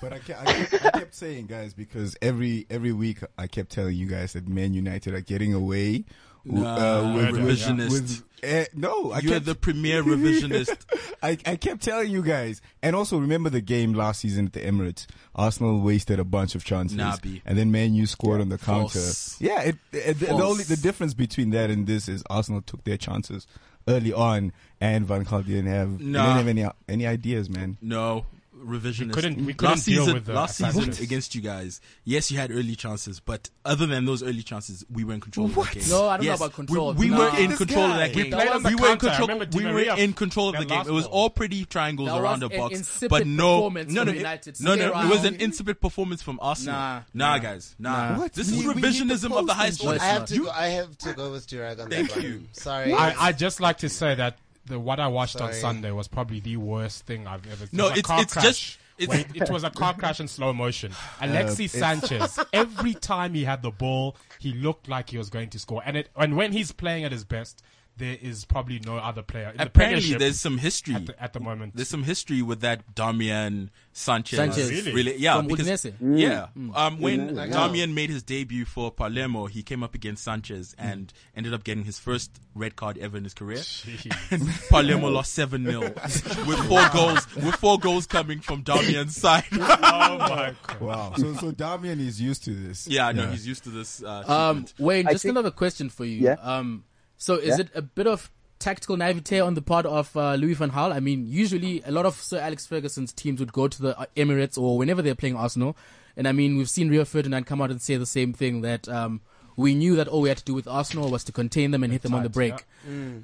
[SPEAKER 5] But I kept, I, kept, I kept saying, guys, because every every week I kept telling you guys that Man United are getting away. w- uh,
[SPEAKER 6] Nah, revisionist.
[SPEAKER 5] eh, no, I
[SPEAKER 6] You're
[SPEAKER 5] kept,
[SPEAKER 6] the premier revisionist.
[SPEAKER 5] [LAUGHS] I, I kept telling you guys. And also remember the game last season at the Emirates. Arsenal wasted a bunch of chances,
[SPEAKER 6] Nah, B.
[SPEAKER 5] and then Man U scored on the
[SPEAKER 6] False.
[SPEAKER 5] counter. Yeah, it, it, the, the
[SPEAKER 6] False.
[SPEAKER 5] only the difference between that and this is Arsenal took their chances early on, and Van Gaal didn't have, they
[SPEAKER 6] Nah.
[SPEAKER 5] didn't have any any ideas, man.
[SPEAKER 6] No. revisionist.
[SPEAKER 4] couldn't- we couldn't
[SPEAKER 6] last
[SPEAKER 4] deal
[SPEAKER 6] season,
[SPEAKER 4] with the
[SPEAKER 6] last season
[SPEAKER 4] Attackers.
[SPEAKER 6] against you guys. Yes, you had early chances, but other than those early chances, we were in control. Of that game.
[SPEAKER 3] No, I don't know
[SPEAKER 6] Yes,
[SPEAKER 3] about control.
[SPEAKER 6] We, we
[SPEAKER 3] No.
[SPEAKER 6] were
[SPEAKER 3] Look at
[SPEAKER 6] in
[SPEAKER 3] this
[SPEAKER 6] control of
[SPEAKER 3] guy.
[SPEAKER 6] that game.
[SPEAKER 3] We played on
[SPEAKER 4] the
[SPEAKER 6] We were in
[SPEAKER 4] counter. I
[SPEAKER 6] control.
[SPEAKER 4] remember Di
[SPEAKER 6] We
[SPEAKER 4] Maria
[SPEAKER 6] were in control of
[SPEAKER 4] got
[SPEAKER 6] the game.
[SPEAKER 4] last
[SPEAKER 6] It was
[SPEAKER 4] ball.
[SPEAKER 6] all pretty triangles
[SPEAKER 3] That
[SPEAKER 6] around
[SPEAKER 3] was
[SPEAKER 6] the
[SPEAKER 3] an
[SPEAKER 6] box,
[SPEAKER 3] insipid
[SPEAKER 6] but no,
[SPEAKER 3] performance
[SPEAKER 6] no, no,
[SPEAKER 3] from
[SPEAKER 6] it-
[SPEAKER 3] United.
[SPEAKER 6] no, no.
[SPEAKER 3] Stay
[SPEAKER 6] It was
[SPEAKER 3] around.
[SPEAKER 6] an insipid performance from Arsenal.
[SPEAKER 3] Nah.
[SPEAKER 6] nah, guys, nah.
[SPEAKER 5] What?
[SPEAKER 6] This is
[SPEAKER 5] We- we need the
[SPEAKER 6] revisionism of
[SPEAKER 5] post
[SPEAKER 6] the highest
[SPEAKER 3] and
[SPEAKER 6] order.
[SPEAKER 3] shit.
[SPEAKER 7] I
[SPEAKER 3] It's
[SPEAKER 7] have
[SPEAKER 3] not.
[SPEAKER 7] to. Go, I have to go with Durag on
[SPEAKER 6] Thank
[SPEAKER 7] that
[SPEAKER 6] you.
[SPEAKER 7] one. Sorry.
[SPEAKER 4] I, I just like to say that the what I watched on
[SPEAKER 7] Sorry.
[SPEAKER 4] Sunday was probably the worst thing I've ever. it
[SPEAKER 6] No,
[SPEAKER 4] was a
[SPEAKER 6] it's-
[SPEAKER 4] car
[SPEAKER 6] it's
[SPEAKER 4] crash.
[SPEAKER 6] just- it's-
[SPEAKER 4] Wait, it was a car crash in slow
[SPEAKER 6] [SIGHS]
[SPEAKER 4] motion. Alexi
[SPEAKER 7] [LAUGHS]
[SPEAKER 5] it's-
[SPEAKER 4] Sanchez. Every time he had the ball, he looked like he was going to score. And it and when he's playing at his best, there is probably no other player. In the
[SPEAKER 6] Apparently,
[SPEAKER 4] Premiership
[SPEAKER 6] there's some history
[SPEAKER 4] at the, at the moment. Oh,
[SPEAKER 6] There's some history with that Damian Sanchez.
[SPEAKER 3] Sanchez.
[SPEAKER 4] Really?
[SPEAKER 6] Really? Yeah.
[SPEAKER 3] From
[SPEAKER 6] because,
[SPEAKER 3] Udinese. Mm.
[SPEAKER 6] Yeah. Um, when
[SPEAKER 7] Udinese.
[SPEAKER 6] Damian made his debut for Palermo, he came up against Sanchez and ended up getting his first red card ever in his career. [LAUGHS] And Palermo lost 7 0 [LAUGHS] with four goals, with four goals coming from Damian's side. [LAUGHS]
[SPEAKER 4] oh my god!
[SPEAKER 5] Wow. So, so Damian is used to this.
[SPEAKER 6] yeah, no, he's used to this. Uh,
[SPEAKER 3] Um,
[SPEAKER 6] treatment.
[SPEAKER 3] Wayne,
[SPEAKER 8] I
[SPEAKER 3] just
[SPEAKER 8] think-
[SPEAKER 3] another question for you.
[SPEAKER 8] Yeah.
[SPEAKER 3] Um, so is
[SPEAKER 8] Yeah.
[SPEAKER 3] it a bit of tactical naivete on the part of uh, Louis van Gaal? I mean, usually a lot of Sir Alex Ferguson's teams would go to the uh, Emirates or whenever they're playing Arsenal, and I mean we've seen Rio Ferdinand come out and say the same thing that um, we knew that all we had to do with Arsenal was to contain them and hit them on the break.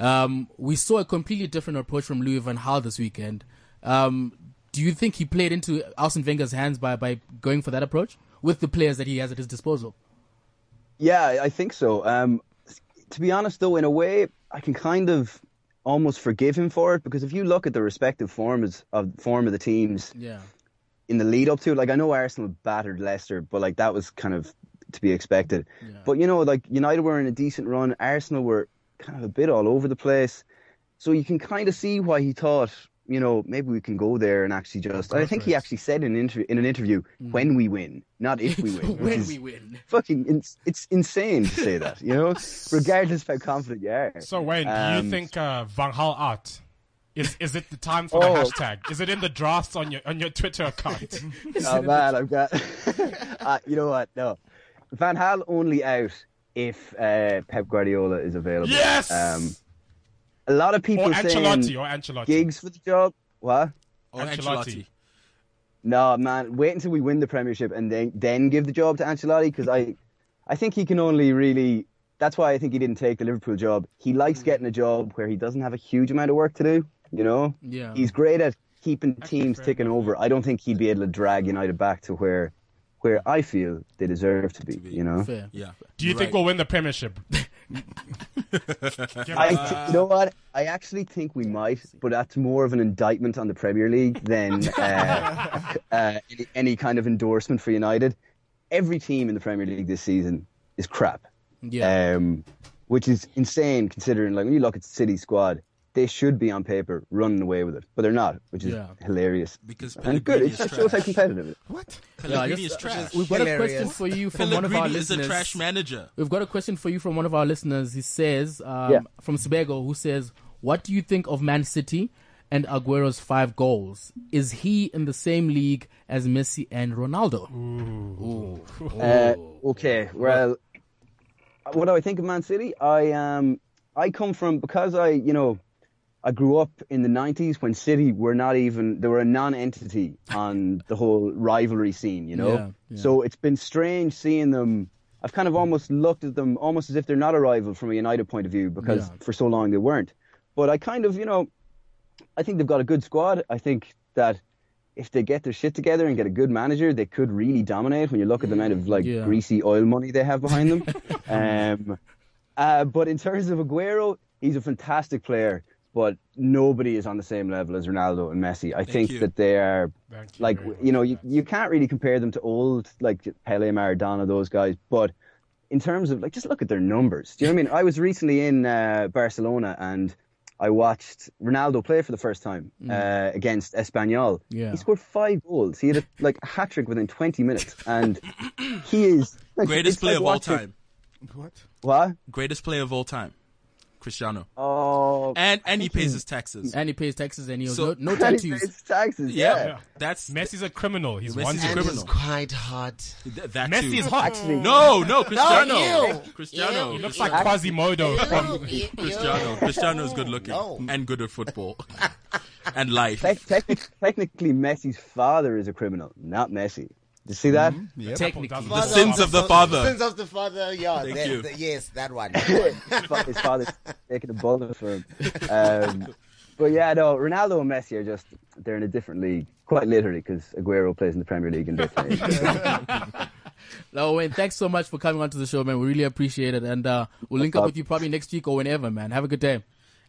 [SPEAKER 3] Um, we saw a completely different approach from Louis van Gaal this weekend. Um, do you think he played into Arsene Wenger's hands by, by going for that approach with the players that he has at his disposal?
[SPEAKER 8] Yeah, I- I think so. Um, to be honest, though, in a way, I can kind of almost forgive him for it because if you look at the respective forms of form of the teams
[SPEAKER 3] Yeah.
[SPEAKER 8] in the lead up to it, like I know Arsenal battered Leicester, but like that was kind of to be expected. But you know, like United were in a decent run, Arsenal were kind of a bit all over the place, so you can kind of see why he thought, you know, maybe we can go there and actually just. And I think he actually said in an interview, in an interview,
[SPEAKER 4] Mm-hmm.
[SPEAKER 8] when we win, not if
[SPEAKER 4] [LAUGHS]
[SPEAKER 3] [LAUGHS]
[SPEAKER 8] we win. which
[SPEAKER 3] when
[SPEAKER 8] is-
[SPEAKER 3] we win.
[SPEAKER 8] fucking it's, it's insane to say that,
[SPEAKER 4] [LAUGHS]
[SPEAKER 8] you know, regardless of how confident you are.
[SPEAKER 4] So Wayne, do
[SPEAKER 8] Um,
[SPEAKER 4] you think uh, Van Gaal out? Is is it the time for
[SPEAKER 8] Oh.
[SPEAKER 4] the hashtag? Is it in the drafts on your on your Twitter
[SPEAKER 7] [LAUGHS]
[SPEAKER 4] account?
[SPEAKER 8] Oh man, I've got. [LAUGHS] uh, you know what? No, Van Hal only out if uh, Pep Guardiola is available.
[SPEAKER 4] yes.
[SPEAKER 8] Um, a lot of people
[SPEAKER 4] or Ancelotti
[SPEAKER 8] saying
[SPEAKER 4] or Ancelotti.
[SPEAKER 8] gigs for the job. What?
[SPEAKER 6] Or
[SPEAKER 4] Ancelotti.
[SPEAKER 6] Ancelotti.
[SPEAKER 8] No, man. Wait until we win the Premiership and then then give the job to Ancelotti because I, I think he can only really. That's why I think he didn't take the Liverpool job. He likes
[SPEAKER 4] Mm.
[SPEAKER 8] getting a job where he doesn't have a huge amount of work to do. You know.
[SPEAKER 3] Yeah.
[SPEAKER 8] He's great at keeping
[SPEAKER 4] That's
[SPEAKER 8] teams
[SPEAKER 4] fair
[SPEAKER 8] ticking over. I don't think he'd be able to drag United back to where, where I feel they deserve to be. You know.
[SPEAKER 3] fair.
[SPEAKER 6] Yeah.
[SPEAKER 4] Do you
[SPEAKER 6] You're
[SPEAKER 4] think
[SPEAKER 6] right.
[SPEAKER 4] we'll win the
[SPEAKER 3] [LAUGHS]
[SPEAKER 4] Premiership?
[SPEAKER 8] I,
[SPEAKER 3] Uh,
[SPEAKER 6] Uh,
[SPEAKER 8] th- you know what? I actually think we might, but that's more of an indictment on the Premier League
[SPEAKER 3] [LAUGHS]
[SPEAKER 8] than uh, c- uh, any, any kind of endorsement for United. Every team in the Premier League this season is crap,
[SPEAKER 3] Yeah.
[SPEAKER 8] um, which is insane considering, like, when you look at City squad, they should be on paper running away with it, but they're not, which is
[SPEAKER 3] Yeah.
[SPEAKER 8] hilarious.
[SPEAKER 6] Because
[SPEAKER 8] And good. It
[SPEAKER 6] Pellegrini is
[SPEAKER 8] just shows how
[SPEAKER 6] trash.
[SPEAKER 8] competitive it is.
[SPEAKER 3] Yeah,
[SPEAKER 6] Pellegrini
[SPEAKER 3] just-
[SPEAKER 6] is trash.
[SPEAKER 3] We've got a
[SPEAKER 7] Hilarious.
[SPEAKER 3] question for you from one of our
[SPEAKER 6] Pellegrini is
[SPEAKER 3] listeners.
[SPEAKER 6] a trash manager.
[SPEAKER 3] We've got a question for you from one of our listeners. He says, um,
[SPEAKER 8] Yeah.
[SPEAKER 3] from Sebego, who says, "What do you think of Man City and Aguero's five goals? Is he in the same league as Messi and Ronaldo?"
[SPEAKER 8] Uh, okay, well, what do I think of Man City? I um, I come from because I, you know, I grew up in the '90s when City were not even they were a non-entity on the whole rivalry scene, you know.
[SPEAKER 3] Yeah, yeah.
[SPEAKER 8] So it's been strange seeing them. I've kind of almost looked at them almost as if they're not a rival from a United point of view because
[SPEAKER 3] Yeah.
[SPEAKER 8] for so long they weren't. But I kind of, you know, I think they've got a good squad. I think that if they get their shit together and get a good manager, they could really dominate. When you look at the amount of like
[SPEAKER 3] Yeah.
[SPEAKER 8] greasy oil money they have behind them. um, uh, but in terms of Aguero, he's a fantastic player, but nobody is on the same level as Ronaldo and Messi. I think
[SPEAKER 6] you.
[SPEAKER 8] that they are
[SPEAKER 4] Thank you
[SPEAKER 8] like
[SPEAKER 4] very
[SPEAKER 8] you know
[SPEAKER 4] much.
[SPEAKER 8] you, you can't really compare them to old like Pele, Maradona, those guys, but in terms of like just look at their numbers. Do you know what I mean? I was recently in uh, Barcelona and I watched Ronaldo play for the first time uh, against Espanyol.
[SPEAKER 3] Yeah.
[SPEAKER 8] He scored five goals. He had a, like a hat trick within 20 minutes, and he is like,
[SPEAKER 6] Greatest
[SPEAKER 8] it's like
[SPEAKER 6] player of all
[SPEAKER 8] watching-
[SPEAKER 6] time.
[SPEAKER 5] What?
[SPEAKER 8] What?
[SPEAKER 6] Greatest player of all time. Cristiano.
[SPEAKER 8] Oh,
[SPEAKER 6] And and he pays his taxes.
[SPEAKER 3] And he pays taxes and he has
[SPEAKER 6] So-
[SPEAKER 3] no, no
[SPEAKER 8] and he
[SPEAKER 3] tattoos.
[SPEAKER 8] pays taxes.
[SPEAKER 6] Yeah.
[SPEAKER 8] Yeah.
[SPEAKER 6] That's
[SPEAKER 4] Messi's a criminal. He's
[SPEAKER 6] Messi's
[SPEAKER 4] one.
[SPEAKER 6] a
[SPEAKER 4] to-
[SPEAKER 7] And
[SPEAKER 6] criminal.
[SPEAKER 7] it's quite hot.
[SPEAKER 6] th- that too.
[SPEAKER 4] Messi is hot.
[SPEAKER 8] Actually,
[SPEAKER 6] No, no, Cristiano.
[SPEAKER 2] you.
[SPEAKER 6] Cristiano.
[SPEAKER 2] You.
[SPEAKER 4] He looks like Quasimodo from
[SPEAKER 6] [LAUGHS] Cristiano. Cristiano is good looking and good at football [LAUGHS] and life.
[SPEAKER 8] te- technic- technically, Messi's father is a criminal, not Messi. You see that?
[SPEAKER 4] Mm-hmm.
[SPEAKER 5] Yep.
[SPEAKER 3] Technically.
[SPEAKER 6] The sins of the father.
[SPEAKER 7] Sins of the father. Yeah.
[SPEAKER 6] Thank
[SPEAKER 7] that-
[SPEAKER 6] you.
[SPEAKER 7] that- yes, that
[SPEAKER 8] [LAUGHS]
[SPEAKER 7] one.
[SPEAKER 8] his fa- his father's taking a bullet for him. Um, but yeah, no, Ronaldo and Messi are just, they're in a different league, quite literally, because Aguero plays in the Premier League and
[SPEAKER 4] [LAUGHS]
[SPEAKER 8] they're playing.
[SPEAKER 3] No, Wayne, thanks so much for coming onto the show, man. We really appreciate it. And uh, we'll link up with you probably next week or whenever, man. Have a good day.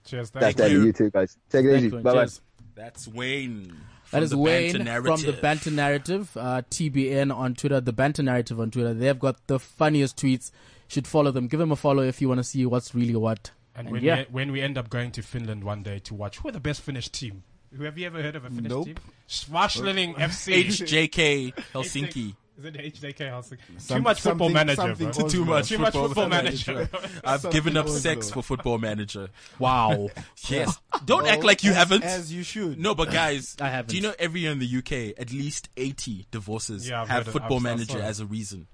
[SPEAKER 4] Cheers,
[SPEAKER 8] That's
[SPEAKER 4] thank
[SPEAKER 8] that.
[SPEAKER 4] you.
[SPEAKER 8] You too, guys. Take it easy.
[SPEAKER 3] Thanks, Wayne.
[SPEAKER 8] Bye bye.
[SPEAKER 3] Cheers.
[SPEAKER 6] That's Wayne.
[SPEAKER 3] That is Wayne from the
[SPEAKER 6] Banter
[SPEAKER 3] Banter Narrative, uh, TBN on Twitter, the Banter Narrative on Twitter. They've got the funniest tweets. Should follow them. Give them a follow if you want to see what's really what.
[SPEAKER 4] And
[SPEAKER 3] And
[SPEAKER 4] when,
[SPEAKER 3] yeah.
[SPEAKER 4] we, when we end up going to Finland one day to watch, who are the best Finnish team? Who have you ever heard of a Finnish
[SPEAKER 5] Nope.
[SPEAKER 4] team? Schwarzschilling FC. [LAUGHS]
[SPEAKER 6] HJK Helsinki.
[SPEAKER 4] Is it HJK Helsinki?
[SPEAKER 5] Some-
[SPEAKER 4] Too much football
[SPEAKER 5] something-
[SPEAKER 4] manager, bro.
[SPEAKER 5] something Oslo.
[SPEAKER 6] Too much
[SPEAKER 4] Too much
[SPEAKER 6] football
[SPEAKER 4] football
[SPEAKER 6] manager.
[SPEAKER 4] manager.
[SPEAKER 5] [LAUGHS]
[SPEAKER 6] I've
[SPEAKER 5] Something
[SPEAKER 6] given up
[SPEAKER 5] Oslo.
[SPEAKER 6] sex for football manager.
[SPEAKER 3] Wow.
[SPEAKER 6] [LAUGHS] Yes. Don't act like you
[SPEAKER 5] As-
[SPEAKER 6] haven't.
[SPEAKER 5] As you should.
[SPEAKER 6] no,
[SPEAKER 5] [CLEARS THROAT]
[SPEAKER 6] but guys,
[SPEAKER 3] I haven't.
[SPEAKER 6] do you know every year in the UK, at least 80 divorces
[SPEAKER 4] Yeah, I've
[SPEAKER 6] have
[SPEAKER 4] heard it.
[SPEAKER 6] football
[SPEAKER 4] I've- I
[SPEAKER 6] manager
[SPEAKER 4] saw it.
[SPEAKER 6] as a reason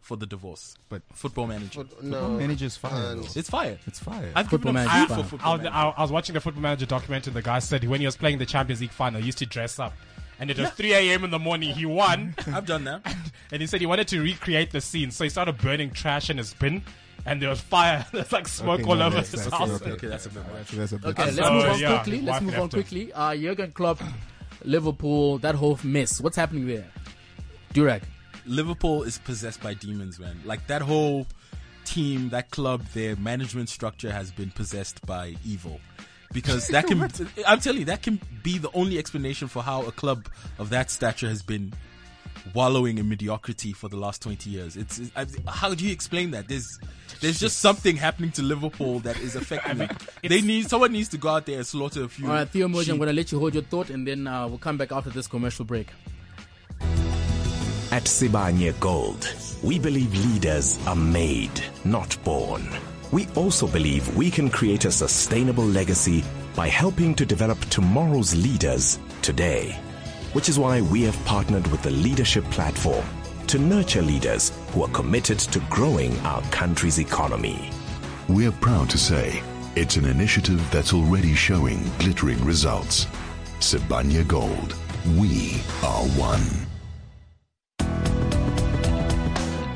[SPEAKER 6] for the divorce?
[SPEAKER 5] But-
[SPEAKER 6] football manager.
[SPEAKER 5] No. Manager's fire. though.
[SPEAKER 6] It's fire.
[SPEAKER 5] It's fire.
[SPEAKER 6] I've
[SPEAKER 3] Football
[SPEAKER 6] given
[SPEAKER 3] manager
[SPEAKER 6] up food
[SPEAKER 3] fire.
[SPEAKER 6] for football
[SPEAKER 4] I, was-
[SPEAKER 6] manager.
[SPEAKER 4] I, I was watching the football manager documentary, and the guy said when he was playing the Champions League final, he used to dress up. And it was 3 a.m. in the morning. He won,
[SPEAKER 6] [LAUGHS] I've done that.
[SPEAKER 4] [LAUGHS] and he said he wanted to recreate the scene, so he started burning trash in his bin, and there was fire. [LAUGHS] There's like smoke
[SPEAKER 5] Okay,
[SPEAKER 4] all
[SPEAKER 5] no,
[SPEAKER 4] over
[SPEAKER 5] that's-
[SPEAKER 4] his
[SPEAKER 5] that's-
[SPEAKER 4] house.
[SPEAKER 5] okay,
[SPEAKER 6] Okay, that's a bit much.
[SPEAKER 5] So that's a bit-
[SPEAKER 3] Okay, let's
[SPEAKER 4] so,
[SPEAKER 3] move on
[SPEAKER 4] yeah,
[SPEAKER 3] quickly. Let's
[SPEAKER 4] wife
[SPEAKER 3] move
[SPEAKER 4] left
[SPEAKER 3] on
[SPEAKER 4] him.
[SPEAKER 3] quickly. Uh, Jurgen Klopp, Liverpool, that whole mess. What's happening there? Durag.
[SPEAKER 6] Liverpool is possessed by demons, man. Like that whole team, that club, their management structure has been possessed by evil. Because that
[SPEAKER 3] [LAUGHS]
[SPEAKER 6] can, I'm telling you, that can be the only explanation for how a club of that stature has been wallowing in mediocrity for the last 20 years. It's, it's I- how do you explain that? There's, there's just something happening to Liverpool that is affecting
[SPEAKER 3] [LAUGHS]
[SPEAKER 6] them. They need, someone needs to go out there and slaughter a few.
[SPEAKER 3] All right, Theo Moji, I'm
[SPEAKER 6] sheep.
[SPEAKER 3] going to let you hold your thought and then uh, we'll come back after this commercial break.
[SPEAKER 10] At Sibanye Gold, we believe leaders are made, not born. We also believe we can create a sustainable legacy by helping to develop tomorrow's leaders today. Which is why we have partnered with the Leadership Platform to nurture leaders who are committed to growing our country's economy.
[SPEAKER 9] We're proud to say it's an initiative that's already showing glittering results. Sibanye Gold. We are one.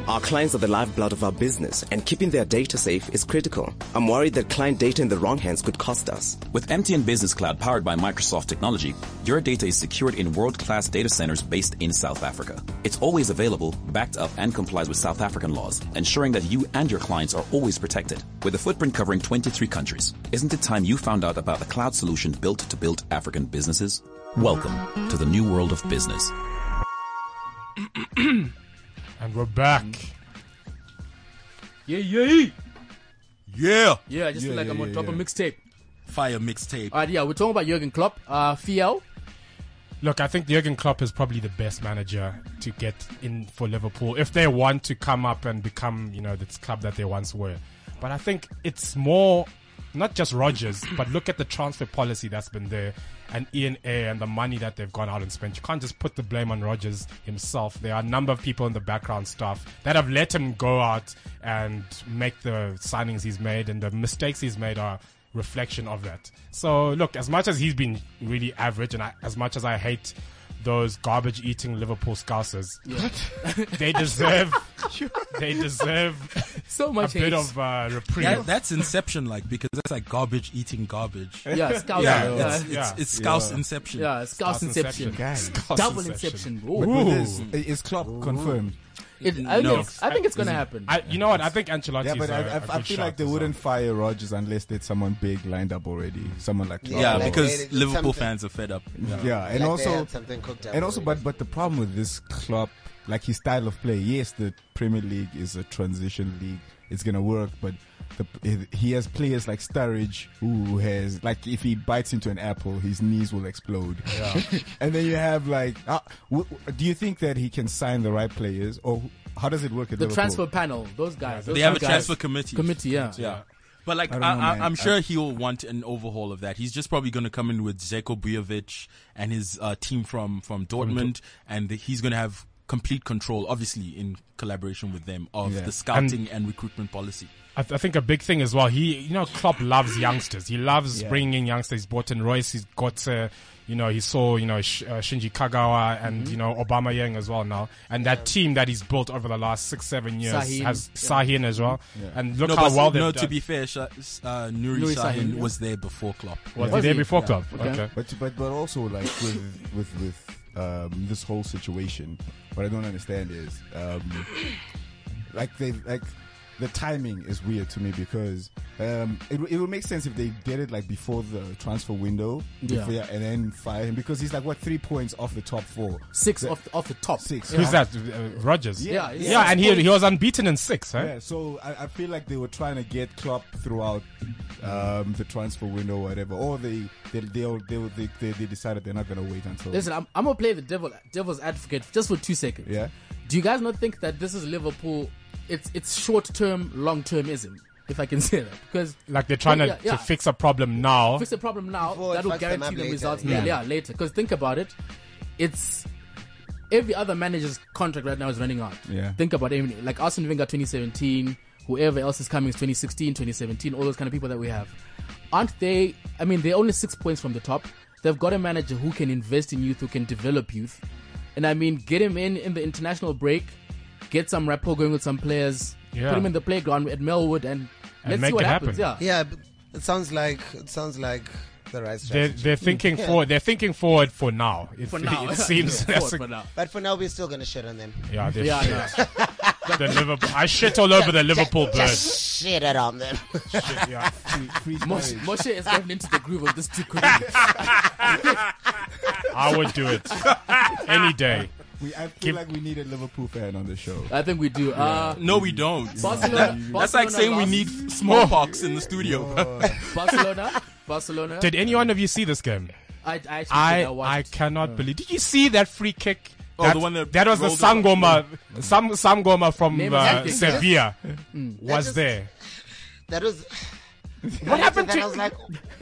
[SPEAKER 11] Our clients are the lifeblood of our business, and keeping their data safe is critical. I'm worried that client data in the wrong hands could cost us.
[SPEAKER 10] With MTN Business Cloud powered by Microsoft technology, your data is secured in world-class data centers based in South Africa. It's always available, backed up, and complies with South African laws, ensuring that you and your clients are always protected. With a footprint covering 23 countries, isn't it time you found out about the cloud solution built to build African businesses? Welcome to the new world of business.
[SPEAKER 4] [CLEARS THROAT] And we're back.
[SPEAKER 3] Yeah, yeah.
[SPEAKER 6] Yeah.
[SPEAKER 3] Yeah, I just feel like I'm going to drop a mixtape.
[SPEAKER 6] Fire mixtape.
[SPEAKER 3] All right, yeah, we're talking about Jurgen Klopp. Uh, Fiel,
[SPEAKER 4] Look, I think Jurgen Klopp is probably the best manager to get in for Liverpool if they want to come up and become, you know, this club that they once were. But I think it's more not just Rodgers, but look at the transfer policy that's been there and Ian Air and the money that they've gone out and spent. You can't just put the blame on Rodgers himself. There are a number of people in the background staff that have let him go out and make the signings he's made and the mistakes he's made are reflection of that. So look, as much as he's been really average, and I, as much as I hate those garbage eating Liverpool scousers, [LAUGHS] they
[SPEAKER 6] [LAUGHS]
[SPEAKER 4] deserve they deserve
[SPEAKER 3] so
[SPEAKER 4] a
[SPEAKER 3] much hate.
[SPEAKER 4] bit of
[SPEAKER 3] [LAUGHS]
[SPEAKER 4] uh, reprieve.
[SPEAKER 6] That, that's Inception like because that's like garbage eating garbage.
[SPEAKER 3] yeah, Scouse.
[SPEAKER 6] Yeah,
[SPEAKER 3] Yeah,
[SPEAKER 6] it's,
[SPEAKER 3] yeah.
[SPEAKER 6] it's, it's Scouse Inception.
[SPEAKER 3] Scouse Inception.
[SPEAKER 5] Guys.
[SPEAKER 4] Scouse
[SPEAKER 3] Double
[SPEAKER 4] Inception.
[SPEAKER 3] Inception.
[SPEAKER 5] But
[SPEAKER 3] Ooh.
[SPEAKER 5] with
[SPEAKER 4] Ooh.
[SPEAKER 5] this, i- is Klopp confirmed?
[SPEAKER 3] It, I,
[SPEAKER 6] No.
[SPEAKER 3] think it's, I think it's going to happen.
[SPEAKER 4] I, you know what? I think Ancelotti.
[SPEAKER 5] Yeah, but
[SPEAKER 4] is
[SPEAKER 5] I,
[SPEAKER 4] a-
[SPEAKER 5] I,
[SPEAKER 4] a good
[SPEAKER 5] I feel
[SPEAKER 4] shout
[SPEAKER 5] like they
[SPEAKER 4] as well.
[SPEAKER 5] wouldn't fire Rodgers unless there's someone big lined up already. Someone like Klopp.
[SPEAKER 6] Yeah,
[SPEAKER 5] or-
[SPEAKER 7] Like
[SPEAKER 6] because
[SPEAKER 7] they did
[SPEAKER 6] Liverpool
[SPEAKER 7] something.
[SPEAKER 6] fans are fed up.
[SPEAKER 5] yeah,
[SPEAKER 7] Like
[SPEAKER 5] and
[SPEAKER 7] they
[SPEAKER 5] also
[SPEAKER 7] had something cooked up
[SPEAKER 5] and also,
[SPEAKER 7] already.
[SPEAKER 5] but but the problem with this club, like his style of play, yes, the Premier League is a transition league. It's gonna work, but the, he has players like Sturridge who has like if he bites into an apple, his knees will explode. [LAUGHS] and then you have like, uh, w- w- do you think that he can sign the right players, or how does it work at
[SPEAKER 3] the
[SPEAKER 5] Liverpool?
[SPEAKER 3] transfer panel, those guys. those
[SPEAKER 6] They have a
[SPEAKER 3] guys.
[SPEAKER 6] transfer committee.
[SPEAKER 3] committee, yeah.
[SPEAKER 6] Yeah. But like,
[SPEAKER 5] I
[SPEAKER 6] I
[SPEAKER 5] don't know, man.
[SPEAKER 6] I, am sure
[SPEAKER 5] I-
[SPEAKER 6] he'll want an overhaul of that. He's just probably going to come in with Zeko Bujovic and his uh, team from from Dortmund, and he's going to have complete control, obviously in collaboration with them, of
[SPEAKER 4] Yeah.
[SPEAKER 6] the scouting and recruitment policy.
[SPEAKER 4] I, th- I think a big thing as well. He, you know, Klopp loves youngsters. He loves
[SPEAKER 6] Yeah.
[SPEAKER 4] bringing in youngsters. He's brought in Royce. He's got, uh, you know, he saw, you know, Sh- uh, Shinji Kagawa and
[SPEAKER 6] Mm-hmm.
[SPEAKER 4] you know Obama Yang as well now. And that team that he's built over the last six, seven years
[SPEAKER 6] Sahin.
[SPEAKER 4] has
[SPEAKER 6] Yeah.
[SPEAKER 4] Sahin as well. And look
[SPEAKER 6] no,
[SPEAKER 4] how
[SPEAKER 6] but-
[SPEAKER 4] well they've
[SPEAKER 6] No,
[SPEAKER 4] done.
[SPEAKER 6] to be fair, Sha- uh, Nuri,
[SPEAKER 4] Nuri
[SPEAKER 6] Sahin,
[SPEAKER 4] Sahin, yeah.
[SPEAKER 6] was there before Klopp.
[SPEAKER 4] Was he there before Klopp? Okay.
[SPEAKER 5] But but but also like with with with um, this whole situation, what I don't understand is um, like they like the timing is weird to me because um, it w- it would make sense if they did it like before the transfer window,
[SPEAKER 3] Yeah.
[SPEAKER 5] before- and then fire him because he's like what three points off the top four,
[SPEAKER 3] six off off the top
[SPEAKER 5] six.
[SPEAKER 4] Who's that? Uh, Rogers.
[SPEAKER 5] Yeah,
[SPEAKER 4] yeah,
[SPEAKER 5] yeah.
[SPEAKER 4] and he he was unbeaten in six, right?
[SPEAKER 5] Yeah, so I, I feel like they were trying to get Klopp throughout um, the transfer window or whatever, or they they they they, they, they, they decided they're not going to wait until.
[SPEAKER 3] Listen, I'm, I'm gonna play the devil devil's advocate just for two seconds.
[SPEAKER 5] Yeah.
[SPEAKER 3] Do you guys not think that this is Liverpool? It's it's short term, long termism, if I can [LAUGHS] say that, because
[SPEAKER 4] Like they're trying
[SPEAKER 3] Yeah,
[SPEAKER 4] to,
[SPEAKER 3] yeah.
[SPEAKER 4] to fix a problem now.
[SPEAKER 3] fix the problem now
[SPEAKER 12] Before it
[SPEAKER 3] that will
[SPEAKER 12] fucks them
[SPEAKER 3] guarantee
[SPEAKER 12] up
[SPEAKER 3] them
[SPEAKER 12] later,
[SPEAKER 3] results
[SPEAKER 12] yeah.
[SPEAKER 3] yeah. yeah later. Because think about it, it's every other manager's contract right now is running out.
[SPEAKER 5] Yeah.
[SPEAKER 3] Think about it, like Arsene Wenger 2017, whoever else is coming is 2016, 2017, all those kind of people that we have. Aren't they? I mean, they're only six points from the top. They've got a manager who can invest in youth, who can develop youth, and I mean, get him in in the international break, get some rapport going with some players,
[SPEAKER 4] Yeah.
[SPEAKER 3] put him in the playground at Melwood, and, let's see what happens. Yeah,
[SPEAKER 12] yeah. but It sounds like it sounds like the right
[SPEAKER 4] They're,
[SPEAKER 12] strategy.
[SPEAKER 4] they're
[SPEAKER 7] [LAUGHS]
[SPEAKER 4] thinking
[SPEAKER 12] Yeah.
[SPEAKER 4] forward. They're thinking forward for now. It, [LAUGHS] it
[SPEAKER 3] [LAUGHS]
[SPEAKER 4] seems that's a-
[SPEAKER 12] But for now, we're still gonna shit on them.
[SPEAKER 4] Yeah, they Yeah, shit. [LAUGHS] the Liverpool. I shit all over the Liverpool
[SPEAKER 12] just,
[SPEAKER 4] bird.
[SPEAKER 12] Just shit it on them.
[SPEAKER 4] yeah.
[SPEAKER 3] Moshe, Moshe has gotten into the groove of this too quickly.
[SPEAKER 4] [LAUGHS] I would do it any day.
[SPEAKER 5] We, I feel
[SPEAKER 4] Give-
[SPEAKER 5] like we need a Liverpool fan on the show.
[SPEAKER 3] I think we do. Uh,
[SPEAKER 6] No, we don't.
[SPEAKER 3] Barcelona-
[SPEAKER 6] [LAUGHS] That's like
[SPEAKER 3] Barcelona
[SPEAKER 6] saying we
[SPEAKER 3] lost.
[SPEAKER 6] need smallpox in the studio.
[SPEAKER 3] Barcelona, Barcelona.
[SPEAKER 4] Did any one of you see this game?
[SPEAKER 3] I, I, actually think
[SPEAKER 4] I
[SPEAKER 3] I watched
[SPEAKER 4] I cannot believe. Did you see that free kick?
[SPEAKER 6] Oh,
[SPEAKER 4] That-
[SPEAKER 6] the one that
[SPEAKER 4] was the
[SPEAKER 6] rolled
[SPEAKER 4] Sangoma,
[SPEAKER 6] out.
[SPEAKER 4] Sam Sangoma from
[SPEAKER 3] Name
[SPEAKER 4] uh,
[SPEAKER 3] is- [LAUGHS]
[SPEAKER 4] Sevilla
[SPEAKER 12] That
[SPEAKER 4] was
[SPEAKER 12] just-
[SPEAKER 4] there.
[SPEAKER 12] That was.
[SPEAKER 4] [LAUGHS] What happened
[SPEAKER 12] Then
[SPEAKER 4] to?
[SPEAKER 12] I was like,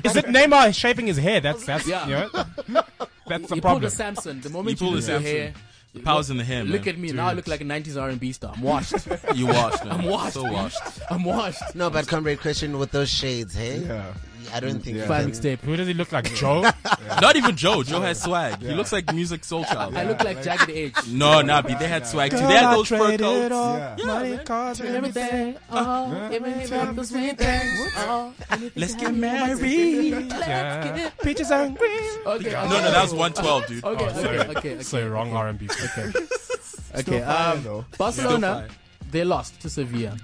[SPEAKER 4] is it Neymar shaving his hair? That's that's
[SPEAKER 3] Yeah.
[SPEAKER 4] you
[SPEAKER 3] [LAUGHS]
[SPEAKER 4] know, that's the
[SPEAKER 3] he pulled
[SPEAKER 4] problem.
[SPEAKER 3] a Samson. The moment
[SPEAKER 6] He
[SPEAKER 3] you
[SPEAKER 6] pulled a
[SPEAKER 3] lose your
[SPEAKER 6] Samson.
[SPEAKER 3] hair,
[SPEAKER 6] The power's in the hair,
[SPEAKER 3] Look
[SPEAKER 6] man.
[SPEAKER 3] at me now. I look like a '90s R&B star. I'm washed.
[SPEAKER 6] [LAUGHS] You washed, man.
[SPEAKER 3] I'm washed.
[SPEAKER 6] So
[SPEAKER 3] man.
[SPEAKER 6] washed.
[SPEAKER 3] I'm washed.
[SPEAKER 12] no, but comrade Christian with those shades, hey?
[SPEAKER 5] Yeah.
[SPEAKER 12] I don't think.
[SPEAKER 3] Fire mixtape.
[SPEAKER 4] Who does he look like? Joe?
[SPEAKER 6] [LAUGHS] Not even Joe. Joe has swag. He looks like Music Soul Child.
[SPEAKER 3] I look like Jagged Edge.
[SPEAKER 6] No, nah, B, they had swag too. They had those fur coats.
[SPEAKER 5] Yeah.
[SPEAKER 3] Everything, oh, everything about this sweet thing. Oh, anything
[SPEAKER 6] Let's
[SPEAKER 3] I
[SPEAKER 6] get
[SPEAKER 3] want.
[SPEAKER 6] married.
[SPEAKER 4] Yeah.
[SPEAKER 3] Let's get-
[SPEAKER 4] Peaches and cream.
[SPEAKER 3] Okay.
[SPEAKER 6] No, no, that was 112, dude.
[SPEAKER 3] Okay,
[SPEAKER 4] Oh,
[SPEAKER 3] okay,
[SPEAKER 4] sorry.
[SPEAKER 3] okay, okay.
[SPEAKER 4] So wrong R&B.
[SPEAKER 3] [LAUGHS] Okay.
[SPEAKER 5] Still
[SPEAKER 3] Okay.
[SPEAKER 5] fire,
[SPEAKER 3] Um,
[SPEAKER 5] though.
[SPEAKER 3] Barcelona,
[SPEAKER 6] Still
[SPEAKER 3] they lost to Sevilla.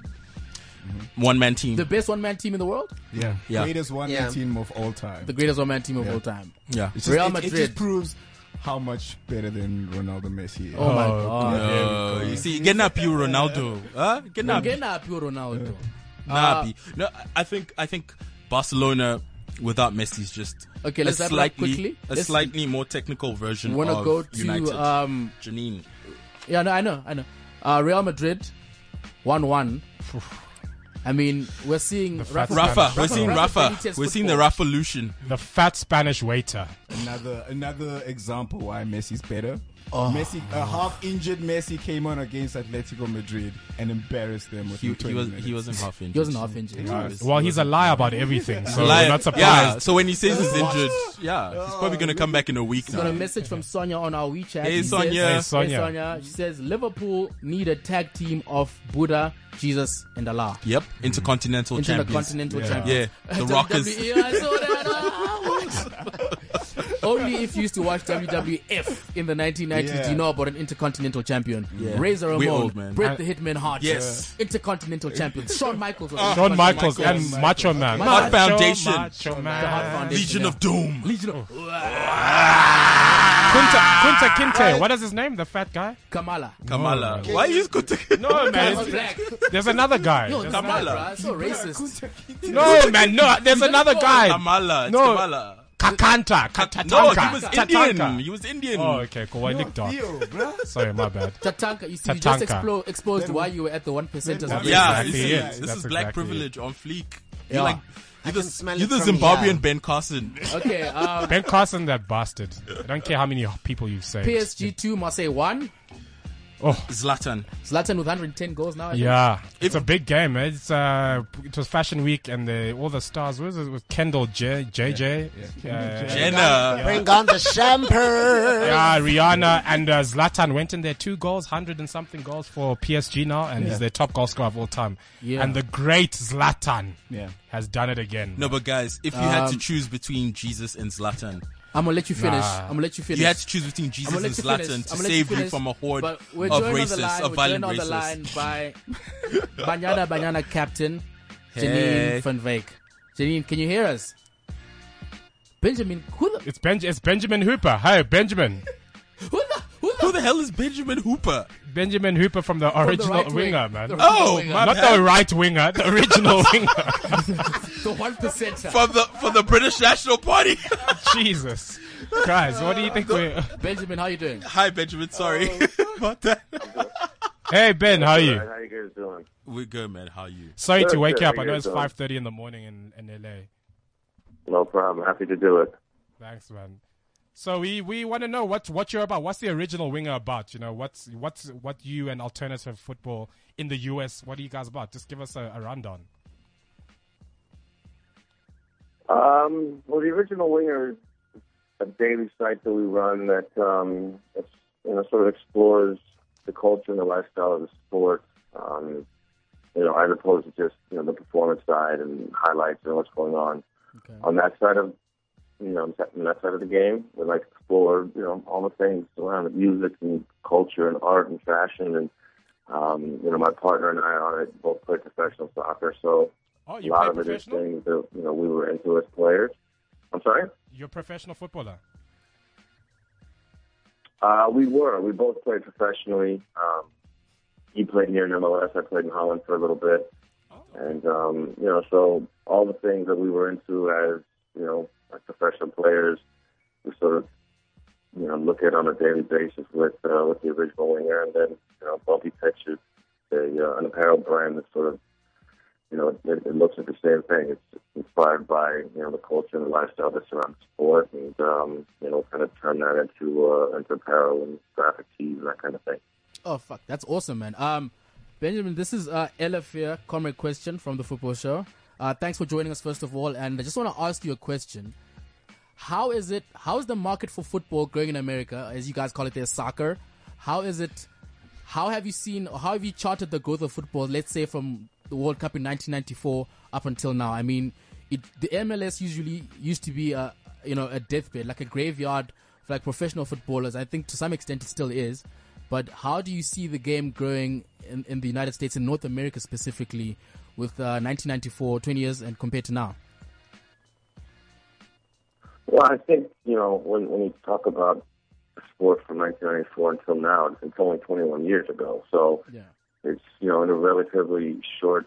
[SPEAKER 6] One man team.
[SPEAKER 3] The best one-man team in the world.
[SPEAKER 5] Yeah.
[SPEAKER 6] Yeah.
[SPEAKER 5] Greatest one
[SPEAKER 12] Yeah.
[SPEAKER 5] team of all time.
[SPEAKER 3] The greatest one-man team of all time.
[SPEAKER 6] yeah.
[SPEAKER 5] It's
[SPEAKER 3] Real
[SPEAKER 5] it- It,
[SPEAKER 3] Madrid.
[SPEAKER 5] just proves how much better than Ronaldo Messi is.
[SPEAKER 3] Oh, my God.
[SPEAKER 6] Uh, you see, getting up you, Ronaldo. Huh? Getting up.
[SPEAKER 3] Again, happy Ronaldo.
[SPEAKER 6] Nah,
[SPEAKER 3] Uh,
[SPEAKER 6] B. No, I think I think Barcelona without Messi is just
[SPEAKER 3] Okay,
[SPEAKER 6] a
[SPEAKER 3] let's wrap it up
[SPEAKER 6] slightly
[SPEAKER 3] quickly.
[SPEAKER 6] a
[SPEAKER 3] Let's-
[SPEAKER 6] slightly more technical version
[SPEAKER 3] Wanna
[SPEAKER 6] of
[SPEAKER 3] go to,
[SPEAKER 6] United.
[SPEAKER 3] um,
[SPEAKER 6] Janine.
[SPEAKER 3] Yeah, no, I know, I know. Uh, Real Madrid, one-one. I mean, we're seeing
[SPEAKER 4] fat
[SPEAKER 3] Rafa.
[SPEAKER 4] Spanish.
[SPEAKER 6] Rafa, we're seeing Rafa.
[SPEAKER 3] Benitez
[SPEAKER 6] We're seeing the
[SPEAKER 3] football.
[SPEAKER 6] Rafa Lucian.
[SPEAKER 4] The fat Spanish waiter.
[SPEAKER 5] Another another example why Messi's better. Messi, a half-injured Messi came on against Atletico Madrid and embarrassed them with
[SPEAKER 6] He,
[SPEAKER 5] 20
[SPEAKER 6] he was
[SPEAKER 5] minutes.
[SPEAKER 6] he wasn't half injured.
[SPEAKER 3] He wasn't half injured.
[SPEAKER 4] Well, he's a liar about
[SPEAKER 5] [LAUGHS]
[SPEAKER 4] everything, [LAUGHS] so
[SPEAKER 6] Like-
[SPEAKER 4] we're not
[SPEAKER 6] Yeah,
[SPEAKER 4] surprised.
[SPEAKER 6] so when he says he's
[SPEAKER 3] [LAUGHS]
[SPEAKER 6] injured, yeah, he's probably gonna come back in a week
[SPEAKER 3] Got a
[SPEAKER 6] now.
[SPEAKER 3] message from Sonia on our WeChat.
[SPEAKER 6] Hey,
[SPEAKER 3] She
[SPEAKER 6] Sonia.
[SPEAKER 4] Hey,
[SPEAKER 3] says-
[SPEAKER 4] Sonia.
[SPEAKER 3] Hey, Sonia. She says Liverpool need a tag team of Buddha, Jesus, and Allah.
[SPEAKER 6] Yep, intercontinental
[SPEAKER 3] Into the
[SPEAKER 6] champions.
[SPEAKER 3] continental
[SPEAKER 5] Yeah.
[SPEAKER 3] champions.
[SPEAKER 6] Yeah,
[SPEAKER 3] [LAUGHS]
[SPEAKER 6] the Rockers.
[SPEAKER 3] WWE, I saw that. Ah, Only if you used to watch WWF in the 1990s do
[SPEAKER 5] Yeah.
[SPEAKER 3] you know about an intercontinental champion.
[SPEAKER 6] Yeah.
[SPEAKER 3] Razor
[SPEAKER 6] We're
[SPEAKER 3] Ramon,
[SPEAKER 6] old, man.
[SPEAKER 3] Bret the Hitman Hart,
[SPEAKER 6] Yes. Ah, [LAUGHS]
[SPEAKER 3] intercontinental champion. Shawn Michaels was
[SPEAKER 4] Shawn
[SPEAKER 3] intercontinental
[SPEAKER 4] Michaels
[SPEAKER 3] champion.
[SPEAKER 4] and Macho Man.
[SPEAKER 3] Macho Heart
[SPEAKER 6] Foundation.
[SPEAKER 4] Macho
[SPEAKER 3] The Hart
[SPEAKER 4] Man.
[SPEAKER 3] Foundation,
[SPEAKER 6] Legion
[SPEAKER 3] yeah.
[SPEAKER 6] of Doom.
[SPEAKER 3] Legion of Ah.
[SPEAKER 4] Kunta, Kunta Kinte. What is his name? The fat guy?
[SPEAKER 3] Kamala.
[SPEAKER 6] Kamala. Why you good to
[SPEAKER 4] No, man.
[SPEAKER 3] Kamala's black.
[SPEAKER 4] There's another guy.
[SPEAKER 3] Yo,
[SPEAKER 4] There's-
[SPEAKER 6] Kamala.
[SPEAKER 3] Kamala. So racist.
[SPEAKER 4] [LAUGHS] No, man. No, there's another guy.
[SPEAKER 6] Kamala? It's
[SPEAKER 4] No.
[SPEAKER 6] Kamala.
[SPEAKER 4] Kakanta.
[SPEAKER 6] No, he
[SPEAKER 4] Katatanka.
[SPEAKER 6] was Indian.
[SPEAKER 4] Tatanka.
[SPEAKER 6] He was Indian.
[SPEAKER 4] Oh, okay, cool. I looked dark.
[SPEAKER 5] Yo, bruh.
[SPEAKER 4] Sorry, my bad.
[SPEAKER 3] Tatanka, you see, you just
[SPEAKER 4] Tatanka.
[SPEAKER 3] explo- exposed why you were at the one percenters.
[SPEAKER 5] Then-
[SPEAKER 6] yeah,
[SPEAKER 4] Exactly
[SPEAKER 6] this
[SPEAKER 4] it.
[SPEAKER 6] is,
[SPEAKER 4] That's
[SPEAKER 6] this is black
[SPEAKER 4] exactly it.
[SPEAKER 6] privilege on fleek. You're like you're the, you're the Zimbabwean Ben Carson.
[SPEAKER 7] [LAUGHS]
[SPEAKER 3] Okay, um,
[SPEAKER 4] ben Carson, that bastard. I don't care how many people you've saved.
[SPEAKER 3] PSG two, Marseille one.
[SPEAKER 4] Oh,
[SPEAKER 6] Zlatan.
[SPEAKER 3] Zlatan with 110 goals now. I think.
[SPEAKER 4] Yeah, it's a big game. eh? It's uh, it was Fashion Week, and the, all the stars. Was it was Kendall J, JJ, Uh,
[SPEAKER 6] Jenner.
[SPEAKER 7] Bring on the champagne.
[SPEAKER 4] Yeah, Rihanna and uh, Zlatan went in there. Two goals, hundred and something goals for PSG now, and
[SPEAKER 6] Yeah.
[SPEAKER 4] he's their top goal scorer of all time.
[SPEAKER 6] Yeah.
[SPEAKER 4] And the great Zlatan
[SPEAKER 6] Yeah.
[SPEAKER 4] has done it again.
[SPEAKER 6] No, but guys, if you had to
[SPEAKER 4] Um,
[SPEAKER 6] choose between Jesus and Zlatan,
[SPEAKER 3] I'm gonna let you finish.
[SPEAKER 6] Nah.
[SPEAKER 3] I'm gonna let you finish.
[SPEAKER 6] You had to choose between
[SPEAKER 3] I'm
[SPEAKER 6] Jesus
[SPEAKER 3] gonna
[SPEAKER 6] and
[SPEAKER 3] let you finish. I'm
[SPEAKER 6] Zlatan to
[SPEAKER 3] gonna let
[SPEAKER 6] save you
[SPEAKER 3] finish.
[SPEAKER 6] from a horde
[SPEAKER 3] But
[SPEAKER 6] of
[SPEAKER 3] we're joined on the
[SPEAKER 6] racists,
[SPEAKER 3] line-
[SPEAKER 6] of
[SPEAKER 3] we're
[SPEAKER 6] violent
[SPEAKER 3] joined on the line
[SPEAKER 6] racists. [LAUGHS]
[SPEAKER 3] by Banyana Banyana captain
[SPEAKER 4] Hey.
[SPEAKER 3] Janine Van Veek. Janine, can you hear us? Benjamin, who the
[SPEAKER 4] It's Ben. It's Benjamin Hooper. Hey, Benjamin.
[SPEAKER 3] who the who the,
[SPEAKER 6] hell is Benjamin Hooper?
[SPEAKER 4] Benjamin Hooper from the
[SPEAKER 3] From the
[SPEAKER 4] original
[SPEAKER 3] right wing.
[SPEAKER 4] winger,
[SPEAKER 3] The
[SPEAKER 4] man.
[SPEAKER 3] original Oh, winger. my
[SPEAKER 4] not
[SPEAKER 3] bad.
[SPEAKER 4] the right winger, the
[SPEAKER 3] [LAUGHS]
[SPEAKER 4] original winger.
[SPEAKER 3] the one percenter
[SPEAKER 6] from the from the British National Party.
[SPEAKER 4] [LAUGHS] Jesus, guys, what do you think? we're...
[SPEAKER 3] Benjamin, how you doing?
[SPEAKER 6] Hi, Benjamin. Sorry
[SPEAKER 13] Oh,
[SPEAKER 6] [LAUGHS] about that.
[SPEAKER 4] Hey, Ben, how are you?
[SPEAKER 13] How you guys doing?
[SPEAKER 6] We're good, man. How are you?
[SPEAKER 4] Sorry to wake you up.
[SPEAKER 13] how
[SPEAKER 4] I
[SPEAKER 13] you
[SPEAKER 4] know
[SPEAKER 13] guys
[SPEAKER 4] it's
[SPEAKER 13] doing?
[SPEAKER 4] five thirty in the morning in, in LA.
[SPEAKER 13] No problem. Happy to do it.
[SPEAKER 4] Thanks, man. So we, we want to know what what you're about. What's the original winger about? You know, what's what's what you and alternative football in the US? What are you guys about? Just give us a, a rundown.
[SPEAKER 13] Um, well, the original winger is a daily site that we run that um, it's, you know sort of explores the culture and the lifestyle of the sport. Um, you know, as opposed to just you know the performance side and highlights and what's going on on that side of you know on that- on that side of the game. We like to explore you know all the things around it, music and culture and art and fashion and um, you know my partner and I on it both play professional soccer, so
[SPEAKER 4] Oh,
[SPEAKER 13] a
[SPEAKER 4] you
[SPEAKER 13] lot
[SPEAKER 4] play
[SPEAKER 13] of it is
[SPEAKER 4] professional?
[SPEAKER 13] things that you know we were into as players. I'm sorry.
[SPEAKER 4] You're a professional footballer.
[SPEAKER 13] Uh, we were. We both played professionally. Um, he played here in MLS. I played in Holland for a little bit,
[SPEAKER 4] Oh.
[SPEAKER 13] and um, you know, so all the things that we were into as you know, as professional players, we sort of you know look at on a daily basis with uh, with the original winger, and then you know, Bumpy Pictures, a, uh, an apparel brand that sort of you know it, it looks at the same thing. It's inspired by you know the culture and the lifestyle that surrounds sport, and um, you know, kind of turn that into uh, into apparel and graphic tees and that kind of thing.
[SPEAKER 3] Oh fuck, that's awesome, man. Um, Benjamin, this is uh, Elafia Comrade question from the football show. Uh, thanks for joining us first of all, and I just want to ask you a question. How is it? How is the market for football growing in America, as you guys call it, there soccer? How is it? How have you seen? Or how have you charted the growth of football? Let's say from the World Cup in 1994 up until now. I mean, it, the MLS usually used to be a you know a deathbed, like a graveyard for like professional footballers. I think to some extent it still is. But how do you see the game growing in, in the United States and North America specifically with uh, 1994, 20 years, and compared to now?
[SPEAKER 13] Well, I think you know when when you talk about sport from 1994 until now, it's only 21 years ago. So
[SPEAKER 3] Yeah.
[SPEAKER 13] it's you know in a relatively short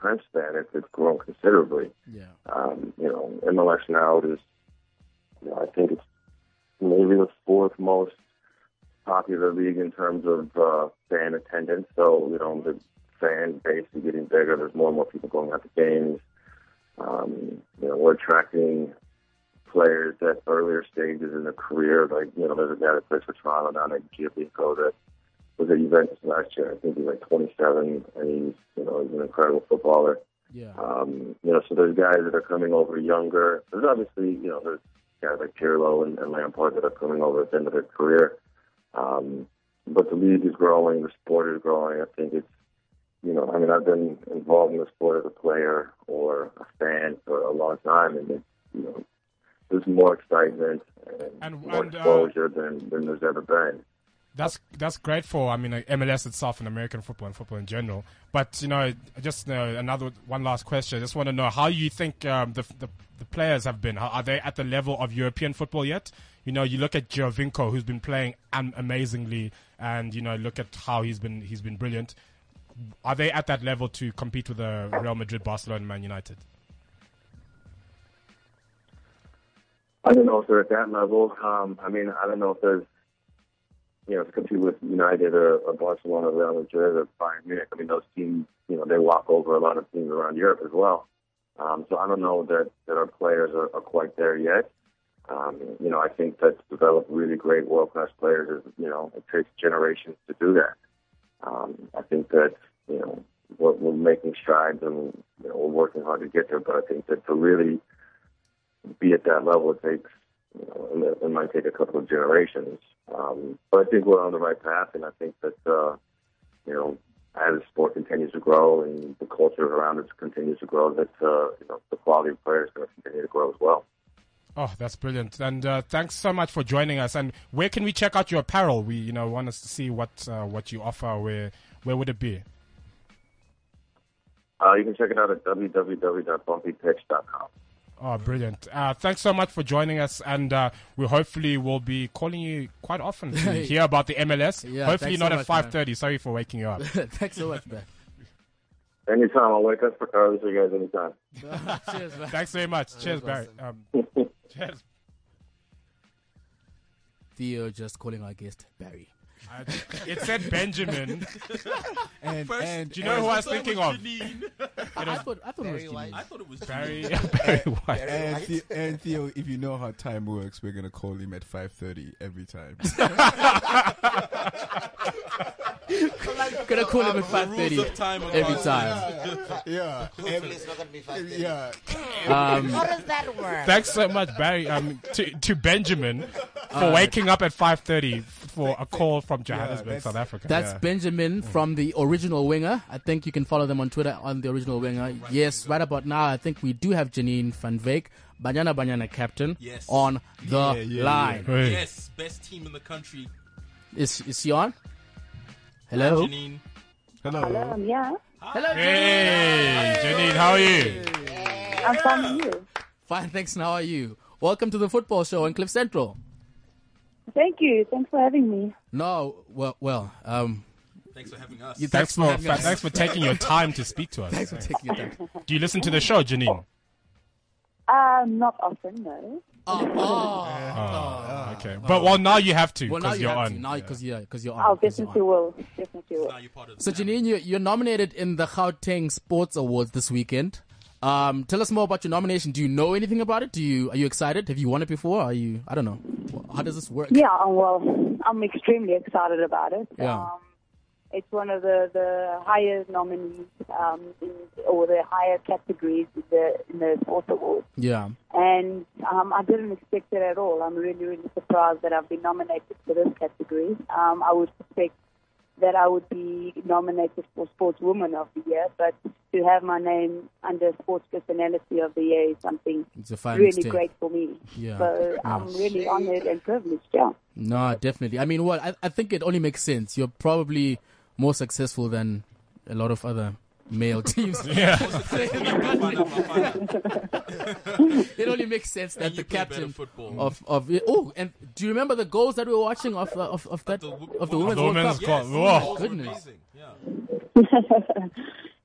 [SPEAKER 13] time span, it's, it's grown considerably.
[SPEAKER 3] Yeah.
[SPEAKER 13] Um, you know, MLS now is, you know, I think it's maybe the fourth most popular league in terms of uh, fan attendance. So you know the fan base is getting bigger. There's more and more people going out to games. Um, you know, we're attracting players at earlier stages in their career. Like, you know, there's a guy that plays for Toronto now named Gianluca that was at Juventus last year. I think he's like 27, and he's, you know, he's an incredible footballer.
[SPEAKER 3] Yeah.
[SPEAKER 13] Um, you know, so there's guys that are coming over younger. There's obviously, you know, there's guys like Pirlo and, and Lampard that are coming over at the end of their career. Um, but the league is growing, the sport is growing. I think it's, you know, I mean, I've been involved in the sport as a player or a fan for a long time, and it's, you know, there's more excitement and, more
[SPEAKER 4] and, uh,
[SPEAKER 13] exposure than, than there's ever been.
[SPEAKER 4] That's that's great for I mean uh, MLS itself and American football and football in general. But you know, just uh, another one last question. I just want to know how you think um, the, the the players have been. How, are they at the level of European football yet? You know, you look at Giovinco, who's been playing am- amazingly, and you know, look at how he's been he's been brilliant. Are they at that level to compete with the Real Madrid, Barcelona, and Man United?
[SPEAKER 13] I don't know if they're at that level. Um, I mean, I don't know if there's, you know, to compete with United or, or Barcelona, Real Madrid, or Bayern Munich. I mean, those teams, you know, they walk over a lot of teams around Europe as well. Um, so I don't know that, that our players are, are quite there yet. Um, you know, I think that to develop really great world class players is, you know, it takes generations to do that. Um, I think that, you know, we're, we're making strides and you know, we're working hard to get there, but I think that to really be at that level, it takes, you know, it, it might take a couple of generations. Um, but I think we're on the right path, and I think that, uh, you know, as the sport continues to grow and the culture around it continues to grow, that uh, you know, the quality of players is going to continue to grow as well.
[SPEAKER 4] Oh, that's brilliant! And uh, thanks so much for joining us. And where can we check out your apparel? We, you know, want us to see what uh, what you offer. Where where would it be?
[SPEAKER 13] Uh, you can check it out at www.bumpypitch.com.
[SPEAKER 4] Oh, brilliant! Uh, thanks so much for joining us, and uh, we hopefully will be calling you quite often
[SPEAKER 3] [LAUGHS]
[SPEAKER 4] to hear about the MLS.
[SPEAKER 3] Yeah,
[SPEAKER 4] hopefully
[SPEAKER 3] thanks
[SPEAKER 4] not
[SPEAKER 3] so
[SPEAKER 4] at
[SPEAKER 3] much, man.
[SPEAKER 4] five thirty. Sorry for waking you up.
[SPEAKER 3] [LAUGHS] Thanks so much, man.
[SPEAKER 13] Anytime, I'll wake up early for you guys anytime.
[SPEAKER 3] [LAUGHS] Cheers, man.
[SPEAKER 4] Thanks very much. Cheers, Barry. Um,
[SPEAKER 3] [LAUGHS]
[SPEAKER 12] [LAUGHS]
[SPEAKER 4] cheers.
[SPEAKER 3] Theo just calling our guest Barry.
[SPEAKER 4] I- it said
[SPEAKER 3] [LAUGHS]
[SPEAKER 4] Benjamin.
[SPEAKER 5] And-
[SPEAKER 4] First-
[SPEAKER 5] and-
[SPEAKER 4] do you know who I was
[SPEAKER 5] I thought it
[SPEAKER 4] thinking
[SPEAKER 5] was
[SPEAKER 4] of?
[SPEAKER 5] Janine.
[SPEAKER 4] [LAUGHS] It
[SPEAKER 3] I
[SPEAKER 4] was-
[SPEAKER 3] thought I thought it was Janine.
[SPEAKER 6] I thought it was
[SPEAKER 4] Barry.
[SPEAKER 6] Janine.
[SPEAKER 4] [LAUGHS] Barry White.
[SPEAKER 5] And, Theo, and Theo, if you know how time works, we're gonna call him at five thirty every [LAUGHS] time.
[SPEAKER 3] Gonna call him at
[SPEAKER 5] The rules
[SPEAKER 3] 5:30
[SPEAKER 5] of time are
[SPEAKER 3] every
[SPEAKER 5] gone.
[SPEAKER 3] time.
[SPEAKER 5] yeah,
[SPEAKER 12] Hopefully it's not gonna be five days.
[SPEAKER 5] yeah.
[SPEAKER 3] Um,
[SPEAKER 12] How does that work?
[SPEAKER 4] Thanks so much, Barry. Um, to, to Benjamin
[SPEAKER 3] [LAUGHS]
[SPEAKER 4] for
[SPEAKER 3] Uh,
[SPEAKER 4] waking up at five thirty for a call from Johannesburg,
[SPEAKER 3] that's-
[SPEAKER 4] South Africa.
[SPEAKER 3] That's
[SPEAKER 4] Yeah. Mm.
[SPEAKER 3] Benjamin from the Original Winger. I think you can follow them on Twitter on the Original Winger. yes, right about now, I think we do have Janine Van Veek, Banyana Banyana captain,
[SPEAKER 6] Yes.
[SPEAKER 3] on the line.
[SPEAKER 6] Yes, best team in the country.
[SPEAKER 3] Is is she on? Hello.
[SPEAKER 6] Janine.
[SPEAKER 5] Hello.
[SPEAKER 14] Um, yeah.
[SPEAKER 3] Hello.
[SPEAKER 4] Hey, Janine, how are you?
[SPEAKER 14] I'm from you.
[SPEAKER 3] Fine, thanks. and How are you? Welcome to the football show on Cliff Central.
[SPEAKER 14] Thank you. Thanks for having me.
[SPEAKER 3] No, well, well, um,
[SPEAKER 6] Thanks for having us.
[SPEAKER 3] you-
[SPEAKER 4] Thanks for
[SPEAKER 3] having us.
[SPEAKER 4] thanks for taking your time to speak to us.
[SPEAKER 3] Thanks for taking your time. Oh.
[SPEAKER 4] Do you listen to the show, Janine?
[SPEAKER 14] Um, not often, no.
[SPEAKER 4] Oh, okay. But well, now you have to
[SPEAKER 3] Well,
[SPEAKER 4] because
[SPEAKER 3] now you
[SPEAKER 4] you're
[SPEAKER 3] have
[SPEAKER 4] on.
[SPEAKER 3] to, now because you're because you're on.
[SPEAKER 14] I'll
[SPEAKER 3] 'cause you're
[SPEAKER 14] definitely will. Definitely will.
[SPEAKER 3] So Janine, you, you're nominated in the Gauteng Sports Awards this weekend. Um, tell us more about your nomination. Do you know anything about it? Do you are you excited? Have you won it before? Are you? I don't know. How does this work?
[SPEAKER 14] Yeah, um, well, I'm extremely excited about it.
[SPEAKER 3] Yeah.
[SPEAKER 14] Um, it's one of the, the highest nominees um, in, or the higher categories in the, in the sports awards.
[SPEAKER 3] Yeah.
[SPEAKER 14] And um, I didn't expect it at all. I'm really, really surprised that I've been nominated for this category. Um, I would suspect that I would be nominated for Sportswoman of the Year, but to have my name under Sports Personality of the Year is something
[SPEAKER 3] It's a fine
[SPEAKER 14] really
[SPEAKER 3] mistake.
[SPEAKER 14] great for me.
[SPEAKER 3] Yeah.
[SPEAKER 14] So I'm
[SPEAKER 3] Yeah.
[SPEAKER 14] really honored and privileged, yeah. [LAUGHS]
[SPEAKER 3] No, definitely. I mean, well, I, I think it only makes sense. You're probably more successful than a lot of other male
[SPEAKER 5] [LAUGHS]
[SPEAKER 3] [LAUGHS] teams.
[SPEAKER 4] Yeah.
[SPEAKER 3] it only makes sense that the captain of of oh, and do you remember the goals that we were watching of uh, of of that of the women's World
[SPEAKER 4] women's
[SPEAKER 3] Cup?
[SPEAKER 4] goal. Yes,
[SPEAKER 3] Oh,
[SPEAKER 4] those were
[SPEAKER 3] goodness.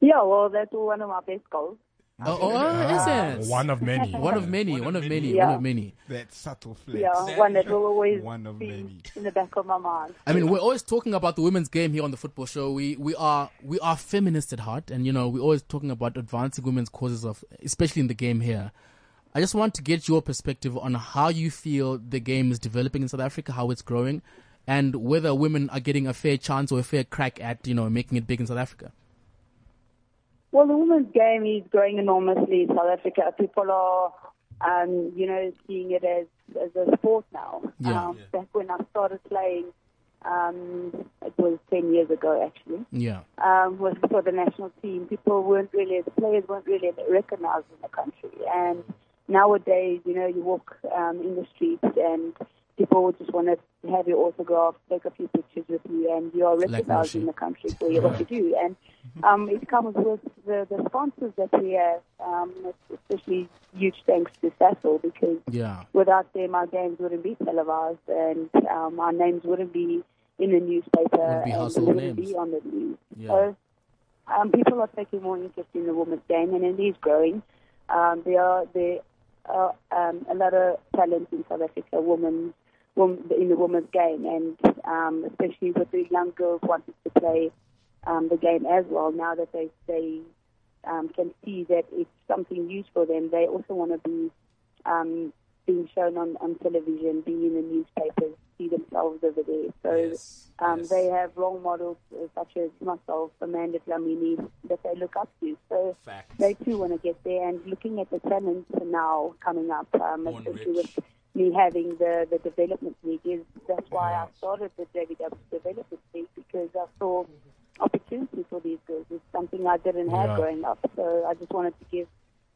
[SPEAKER 14] Yeah, well, that's one of my best goals.
[SPEAKER 3] Oh, oh,
[SPEAKER 5] Ah,
[SPEAKER 3] is it?
[SPEAKER 5] one of many.
[SPEAKER 3] One of many. One of many.
[SPEAKER 14] Yeah.
[SPEAKER 3] One of many.
[SPEAKER 5] That subtle flex.
[SPEAKER 14] Yeah, one that will always
[SPEAKER 5] One of
[SPEAKER 14] be in the back of my mind.
[SPEAKER 3] I mean, we're always talking about the women's game here on the football show. We we are we are feminist at heart, and you know we're always talking about advancing women's causes of, especially in the game here. I just want to get your perspective on how you feel the game is developing in South Africa, how it's growing, and whether women are getting a fair chance or a fair crack at you know making it big in South Africa.
[SPEAKER 14] Well, the women's game is growing enormously in South Africa. People are, um, you know, seeing it as, as a sport now.
[SPEAKER 3] Yeah.
[SPEAKER 14] Um, Back when I started playing, um, it was 10 years ago actually,
[SPEAKER 3] Yeah.
[SPEAKER 14] um, was for the national team. People weren't really, the players weren't really recognized in the country. And nowadays, you know, you walk um, in the streets and people would just want to have your autograph, take a few pictures with you, and you are recognized
[SPEAKER 15] Mashi.
[SPEAKER 14] in the country for your- what you do. And um, it comes with the, the sponsors that we have, um, especially huge thanks to Cecil because
[SPEAKER 3] Yeah.
[SPEAKER 14] without them, our games wouldn't be televised and um, our names wouldn't be in the newspaper
[SPEAKER 3] Wouldn't be
[SPEAKER 14] and
[SPEAKER 3] household
[SPEAKER 14] wouldn't
[SPEAKER 3] names.
[SPEAKER 14] be on the news.
[SPEAKER 3] Yeah.
[SPEAKER 14] So um, people are taking more interest in the women's game, and it is growing. Um, there are there are um, a lot of talent in South Africa, women, women in the women's game, and um, especially with the young girls wanting to play um, the game as well. Now that they they um, can see that it's something huge for them. They also want to be um, being shown on, on television, be in the newspapers, see themselves over there. So um, they have role models uh, such as myself, Amanda Flamini, that they look up to. So they too want to get there. And looking at the talent now coming up, um, especially with me having the, the development league, is that's why I started the JVW development league because I saw opportunity for these girls. It's something I didn't have
[SPEAKER 15] Yeah.
[SPEAKER 14] growing up. So I just wanted to give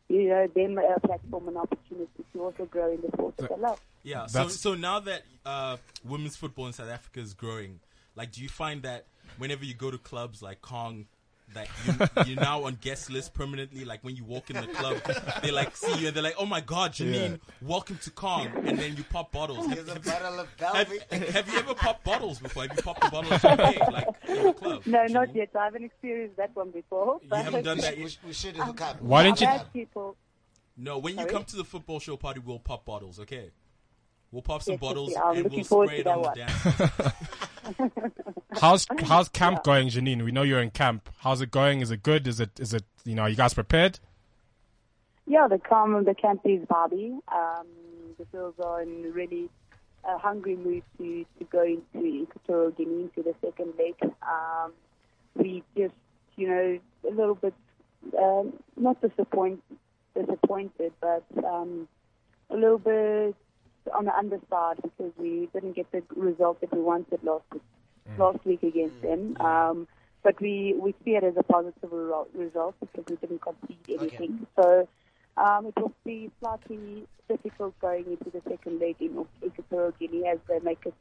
[SPEAKER 14] you know them a platform and opportunity to also grow in the sport that they love.
[SPEAKER 6] Yeah. So,
[SPEAKER 14] That's-
[SPEAKER 6] so now that uh, women's football in South Africa is growing, like, do you find that whenever you go to clubs like Kong, like
[SPEAKER 3] [LAUGHS]
[SPEAKER 6] you, you're now on guest list permanently? Like when you walk in the club, they like see you and they're like, "Oh my God, Janine,
[SPEAKER 12] Yeah.
[SPEAKER 6] welcome to Kong," and then you pop bottles. Have, have-
[SPEAKER 12] bottle of
[SPEAKER 6] have-
[SPEAKER 12] Belvic.
[SPEAKER 6] have you ever popped bottles before? Have you popped a bottle of
[SPEAKER 14] [LAUGHS]
[SPEAKER 6] champagne like in the club?
[SPEAKER 14] No, not yet. I haven't experienced that one before. But
[SPEAKER 6] haven't done
[SPEAKER 14] [LAUGHS]
[SPEAKER 6] that yet?
[SPEAKER 12] We should
[SPEAKER 14] hook up.
[SPEAKER 6] Why don't you-
[SPEAKER 14] I've had people.
[SPEAKER 6] No, when
[SPEAKER 14] Sorry?
[SPEAKER 6] you come to the football show party, we'll pop bottles, okay? We'll pop some
[SPEAKER 14] Yes, yes,
[SPEAKER 6] bottles
[SPEAKER 14] yeah, I'm
[SPEAKER 6] and
[SPEAKER 14] looking
[SPEAKER 6] we'll
[SPEAKER 14] forward
[SPEAKER 6] spray
[SPEAKER 14] to
[SPEAKER 6] it on the
[SPEAKER 14] that
[SPEAKER 6] dance.
[SPEAKER 4] How's how's camp going, Janine? We know you're in camp. How's it going? Is it good? Is it is it you know? Are you guys prepared?
[SPEAKER 14] Yeah, the com the camp is Barbie. Um, the girls are in really a hungry mood to, to go into Equatorial Guinea into the second leg. Um, we just you know a little bit um, not disappoint disappointed, but um, a little bit on the underside because we didn't get the result that we wanted last week, last week against them. Um, but we, we see it as a positive ro- result because we didn't concede anything. So um, it will be slightly difficult going into the second leg in Equatorial Guinea as they make it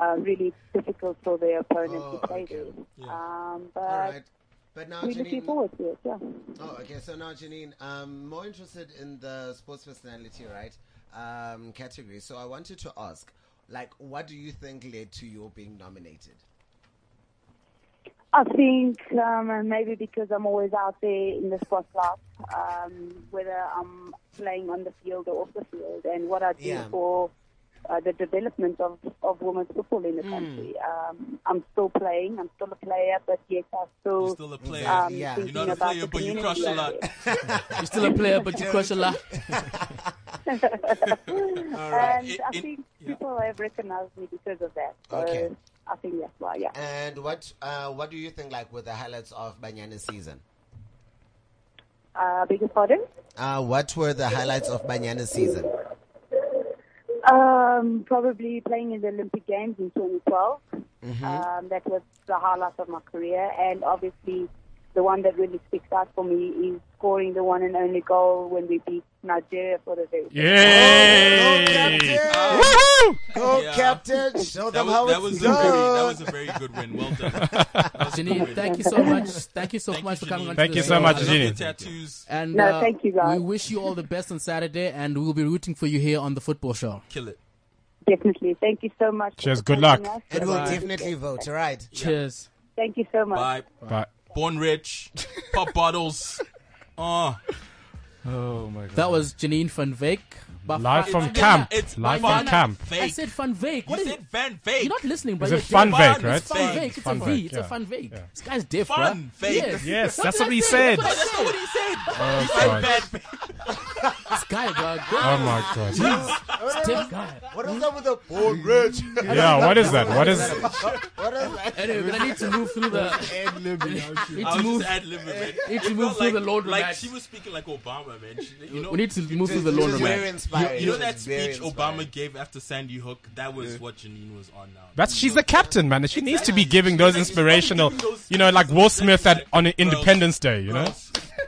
[SPEAKER 14] uh, really difficult for their opponent to play there. Um, but
[SPEAKER 12] All right. But now,
[SPEAKER 14] we're looking
[SPEAKER 12] Janine.
[SPEAKER 14] forward to it, yeah.
[SPEAKER 12] Oh, okay. So now, Janine, I'm more interested in the sports personality, right? Um, category. So I wanted to ask, like, what do you think led to your being nominated?
[SPEAKER 14] I think um, and maybe because I'm always out there in the spotlight, um, whether I'm playing on the field or off the field, and what I do
[SPEAKER 15] Yeah.
[SPEAKER 14] for uh, the development of, of women's football
[SPEAKER 6] Hmm.
[SPEAKER 14] in the country. Um, I'm still playing, I'm still a player, but yet I still,
[SPEAKER 6] You're still a player.
[SPEAKER 14] Um,
[SPEAKER 6] Yeah.
[SPEAKER 14] thinking
[SPEAKER 6] You're not a
[SPEAKER 14] about
[SPEAKER 6] player,
[SPEAKER 14] the
[SPEAKER 6] but you
[SPEAKER 14] community
[SPEAKER 6] crush a
[SPEAKER 14] out [LAUGHS]
[SPEAKER 6] lot.
[SPEAKER 14] there.
[SPEAKER 3] You're still a player, [LAUGHS] but you crush a lot.
[SPEAKER 6] [LAUGHS] right.
[SPEAKER 14] And I think people have recognized me because of that. So
[SPEAKER 12] Okay.
[SPEAKER 14] I think that's why, yeah.
[SPEAKER 12] And what uh, what do you think, like, were the highlights of Banyana's season?
[SPEAKER 14] Uh, beg your pardon?
[SPEAKER 12] Uh, what were the highlights of Banyana's season?
[SPEAKER 14] Um, probably playing in the Olympic Games in 2012.
[SPEAKER 12] Mm-hmm.
[SPEAKER 14] Um, that was the highlight of my career, and obviously, the one that really sticks out for me is scoring the one and only goal when we beat Nigeria for the
[SPEAKER 3] Oh,
[SPEAKER 14] very
[SPEAKER 4] Yay!
[SPEAKER 12] Woohoo! Go,
[SPEAKER 6] Yeah.
[SPEAKER 12] captain! Show
[SPEAKER 6] That
[SPEAKER 12] them
[SPEAKER 6] was,
[SPEAKER 12] how
[SPEAKER 6] that
[SPEAKER 12] it's
[SPEAKER 6] was a
[SPEAKER 12] done.
[SPEAKER 6] very, that was a very good win. Well done. That was a good
[SPEAKER 3] Janine,
[SPEAKER 6] win.
[SPEAKER 3] thank you so much. Thank you so much for coming on.
[SPEAKER 4] Thank
[SPEAKER 3] to
[SPEAKER 4] you
[SPEAKER 3] the
[SPEAKER 4] so
[SPEAKER 3] show.
[SPEAKER 4] much,
[SPEAKER 6] I love your
[SPEAKER 4] Janine.
[SPEAKER 6] tattoos.
[SPEAKER 3] And
[SPEAKER 14] No,
[SPEAKER 3] uh,
[SPEAKER 14] thank you, guys.
[SPEAKER 3] We wish you all the best on Saturday, and we'll be rooting for you here on the football show.
[SPEAKER 6] Kill it.
[SPEAKER 14] Definitely. Thank you so much. for
[SPEAKER 3] [LAUGHS] Cheers. Good luck.
[SPEAKER 14] supporting us.
[SPEAKER 12] And we'll
[SPEAKER 3] Bye.
[SPEAKER 12] definitely vote, all right?
[SPEAKER 3] Cheers.
[SPEAKER 14] Thank you so much.
[SPEAKER 6] Bye.
[SPEAKER 4] Bye.
[SPEAKER 6] Born rich. Pop
[SPEAKER 3] [LAUGHS]
[SPEAKER 6] bottles. Oh.
[SPEAKER 4] Oh my god.
[SPEAKER 3] That was Janine van Veek. But
[SPEAKER 4] Live
[SPEAKER 3] Van-
[SPEAKER 4] from
[SPEAKER 3] It's-
[SPEAKER 4] camp.
[SPEAKER 6] it's
[SPEAKER 4] Live
[SPEAKER 6] Van
[SPEAKER 4] from camp.
[SPEAKER 3] I said Van Veek. What
[SPEAKER 6] you
[SPEAKER 3] is
[SPEAKER 6] said
[SPEAKER 3] it?
[SPEAKER 6] Van Veek.
[SPEAKER 3] You're not listening, but
[SPEAKER 4] Is
[SPEAKER 3] you're
[SPEAKER 4] it Van
[SPEAKER 3] deaf.
[SPEAKER 4] Veek, right?
[SPEAKER 3] It's Van Veek. It's
[SPEAKER 4] Van
[SPEAKER 3] a
[SPEAKER 4] Veek,
[SPEAKER 3] V. It's a
[SPEAKER 4] yeah.
[SPEAKER 3] Van Veek. This guy's deaf,
[SPEAKER 6] Van
[SPEAKER 3] bruh.
[SPEAKER 6] Veek.
[SPEAKER 3] Yes,
[SPEAKER 4] Yes, that's
[SPEAKER 3] what
[SPEAKER 4] what he
[SPEAKER 3] I
[SPEAKER 4] said.
[SPEAKER 3] That's
[SPEAKER 6] That's
[SPEAKER 3] what
[SPEAKER 6] what
[SPEAKER 3] I
[SPEAKER 6] he said.
[SPEAKER 4] Oh,
[SPEAKER 6] he said
[SPEAKER 4] God.
[SPEAKER 6] Van Veek.
[SPEAKER 3] This guy, bruh.
[SPEAKER 4] Oh my god.
[SPEAKER 3] Stiff guy.
[SPEAKER 12] What is up with the born rich?
[SPEAKER 4] Yeah, what is that? What is-
[SPEAKER 12] what is that? oh,
[SPEAKER 3] Anyway, but I need to move through the.
[SPEAKER 6] [LAUGHS]
[SPEAKER 3] Need
[SPEAKER 6] I
[SPEAKER 3] to
[SPEAKER 6] was
[SPEAKER 3] move.
[SPEAKER 6] just ad-libbing, man.
[SPEAKER 3] Need
[SPEAKER 6] It
[SPEAKER 3] to move
[SPEAKER 6] felt
[SPEAKER 3] through
[SPEAKER 6] like,
[SPEAKER 3] the load
[SPEAKER 6] Like
[SPEAKER 3] man.
[SPEAKER 6] she was speaking like Obama, man. She, you know,
[SPEAKER 3] We need to move through the
[SPEAKER 12] This is
[SPEAKER 3] laundromat.
[SPEAKER 12] very inspiring.
[SPEAKER 6] You know that
[SPEAKER 12] This is very
[SPEAKER 6] speech Obama gave after Sandy Hook? That was what Janine was on now.
[SPEAKER 4] That's she's the captain, man. She needs to be giving those inspirational, you know, like Will Smith at on Independence Day, you know.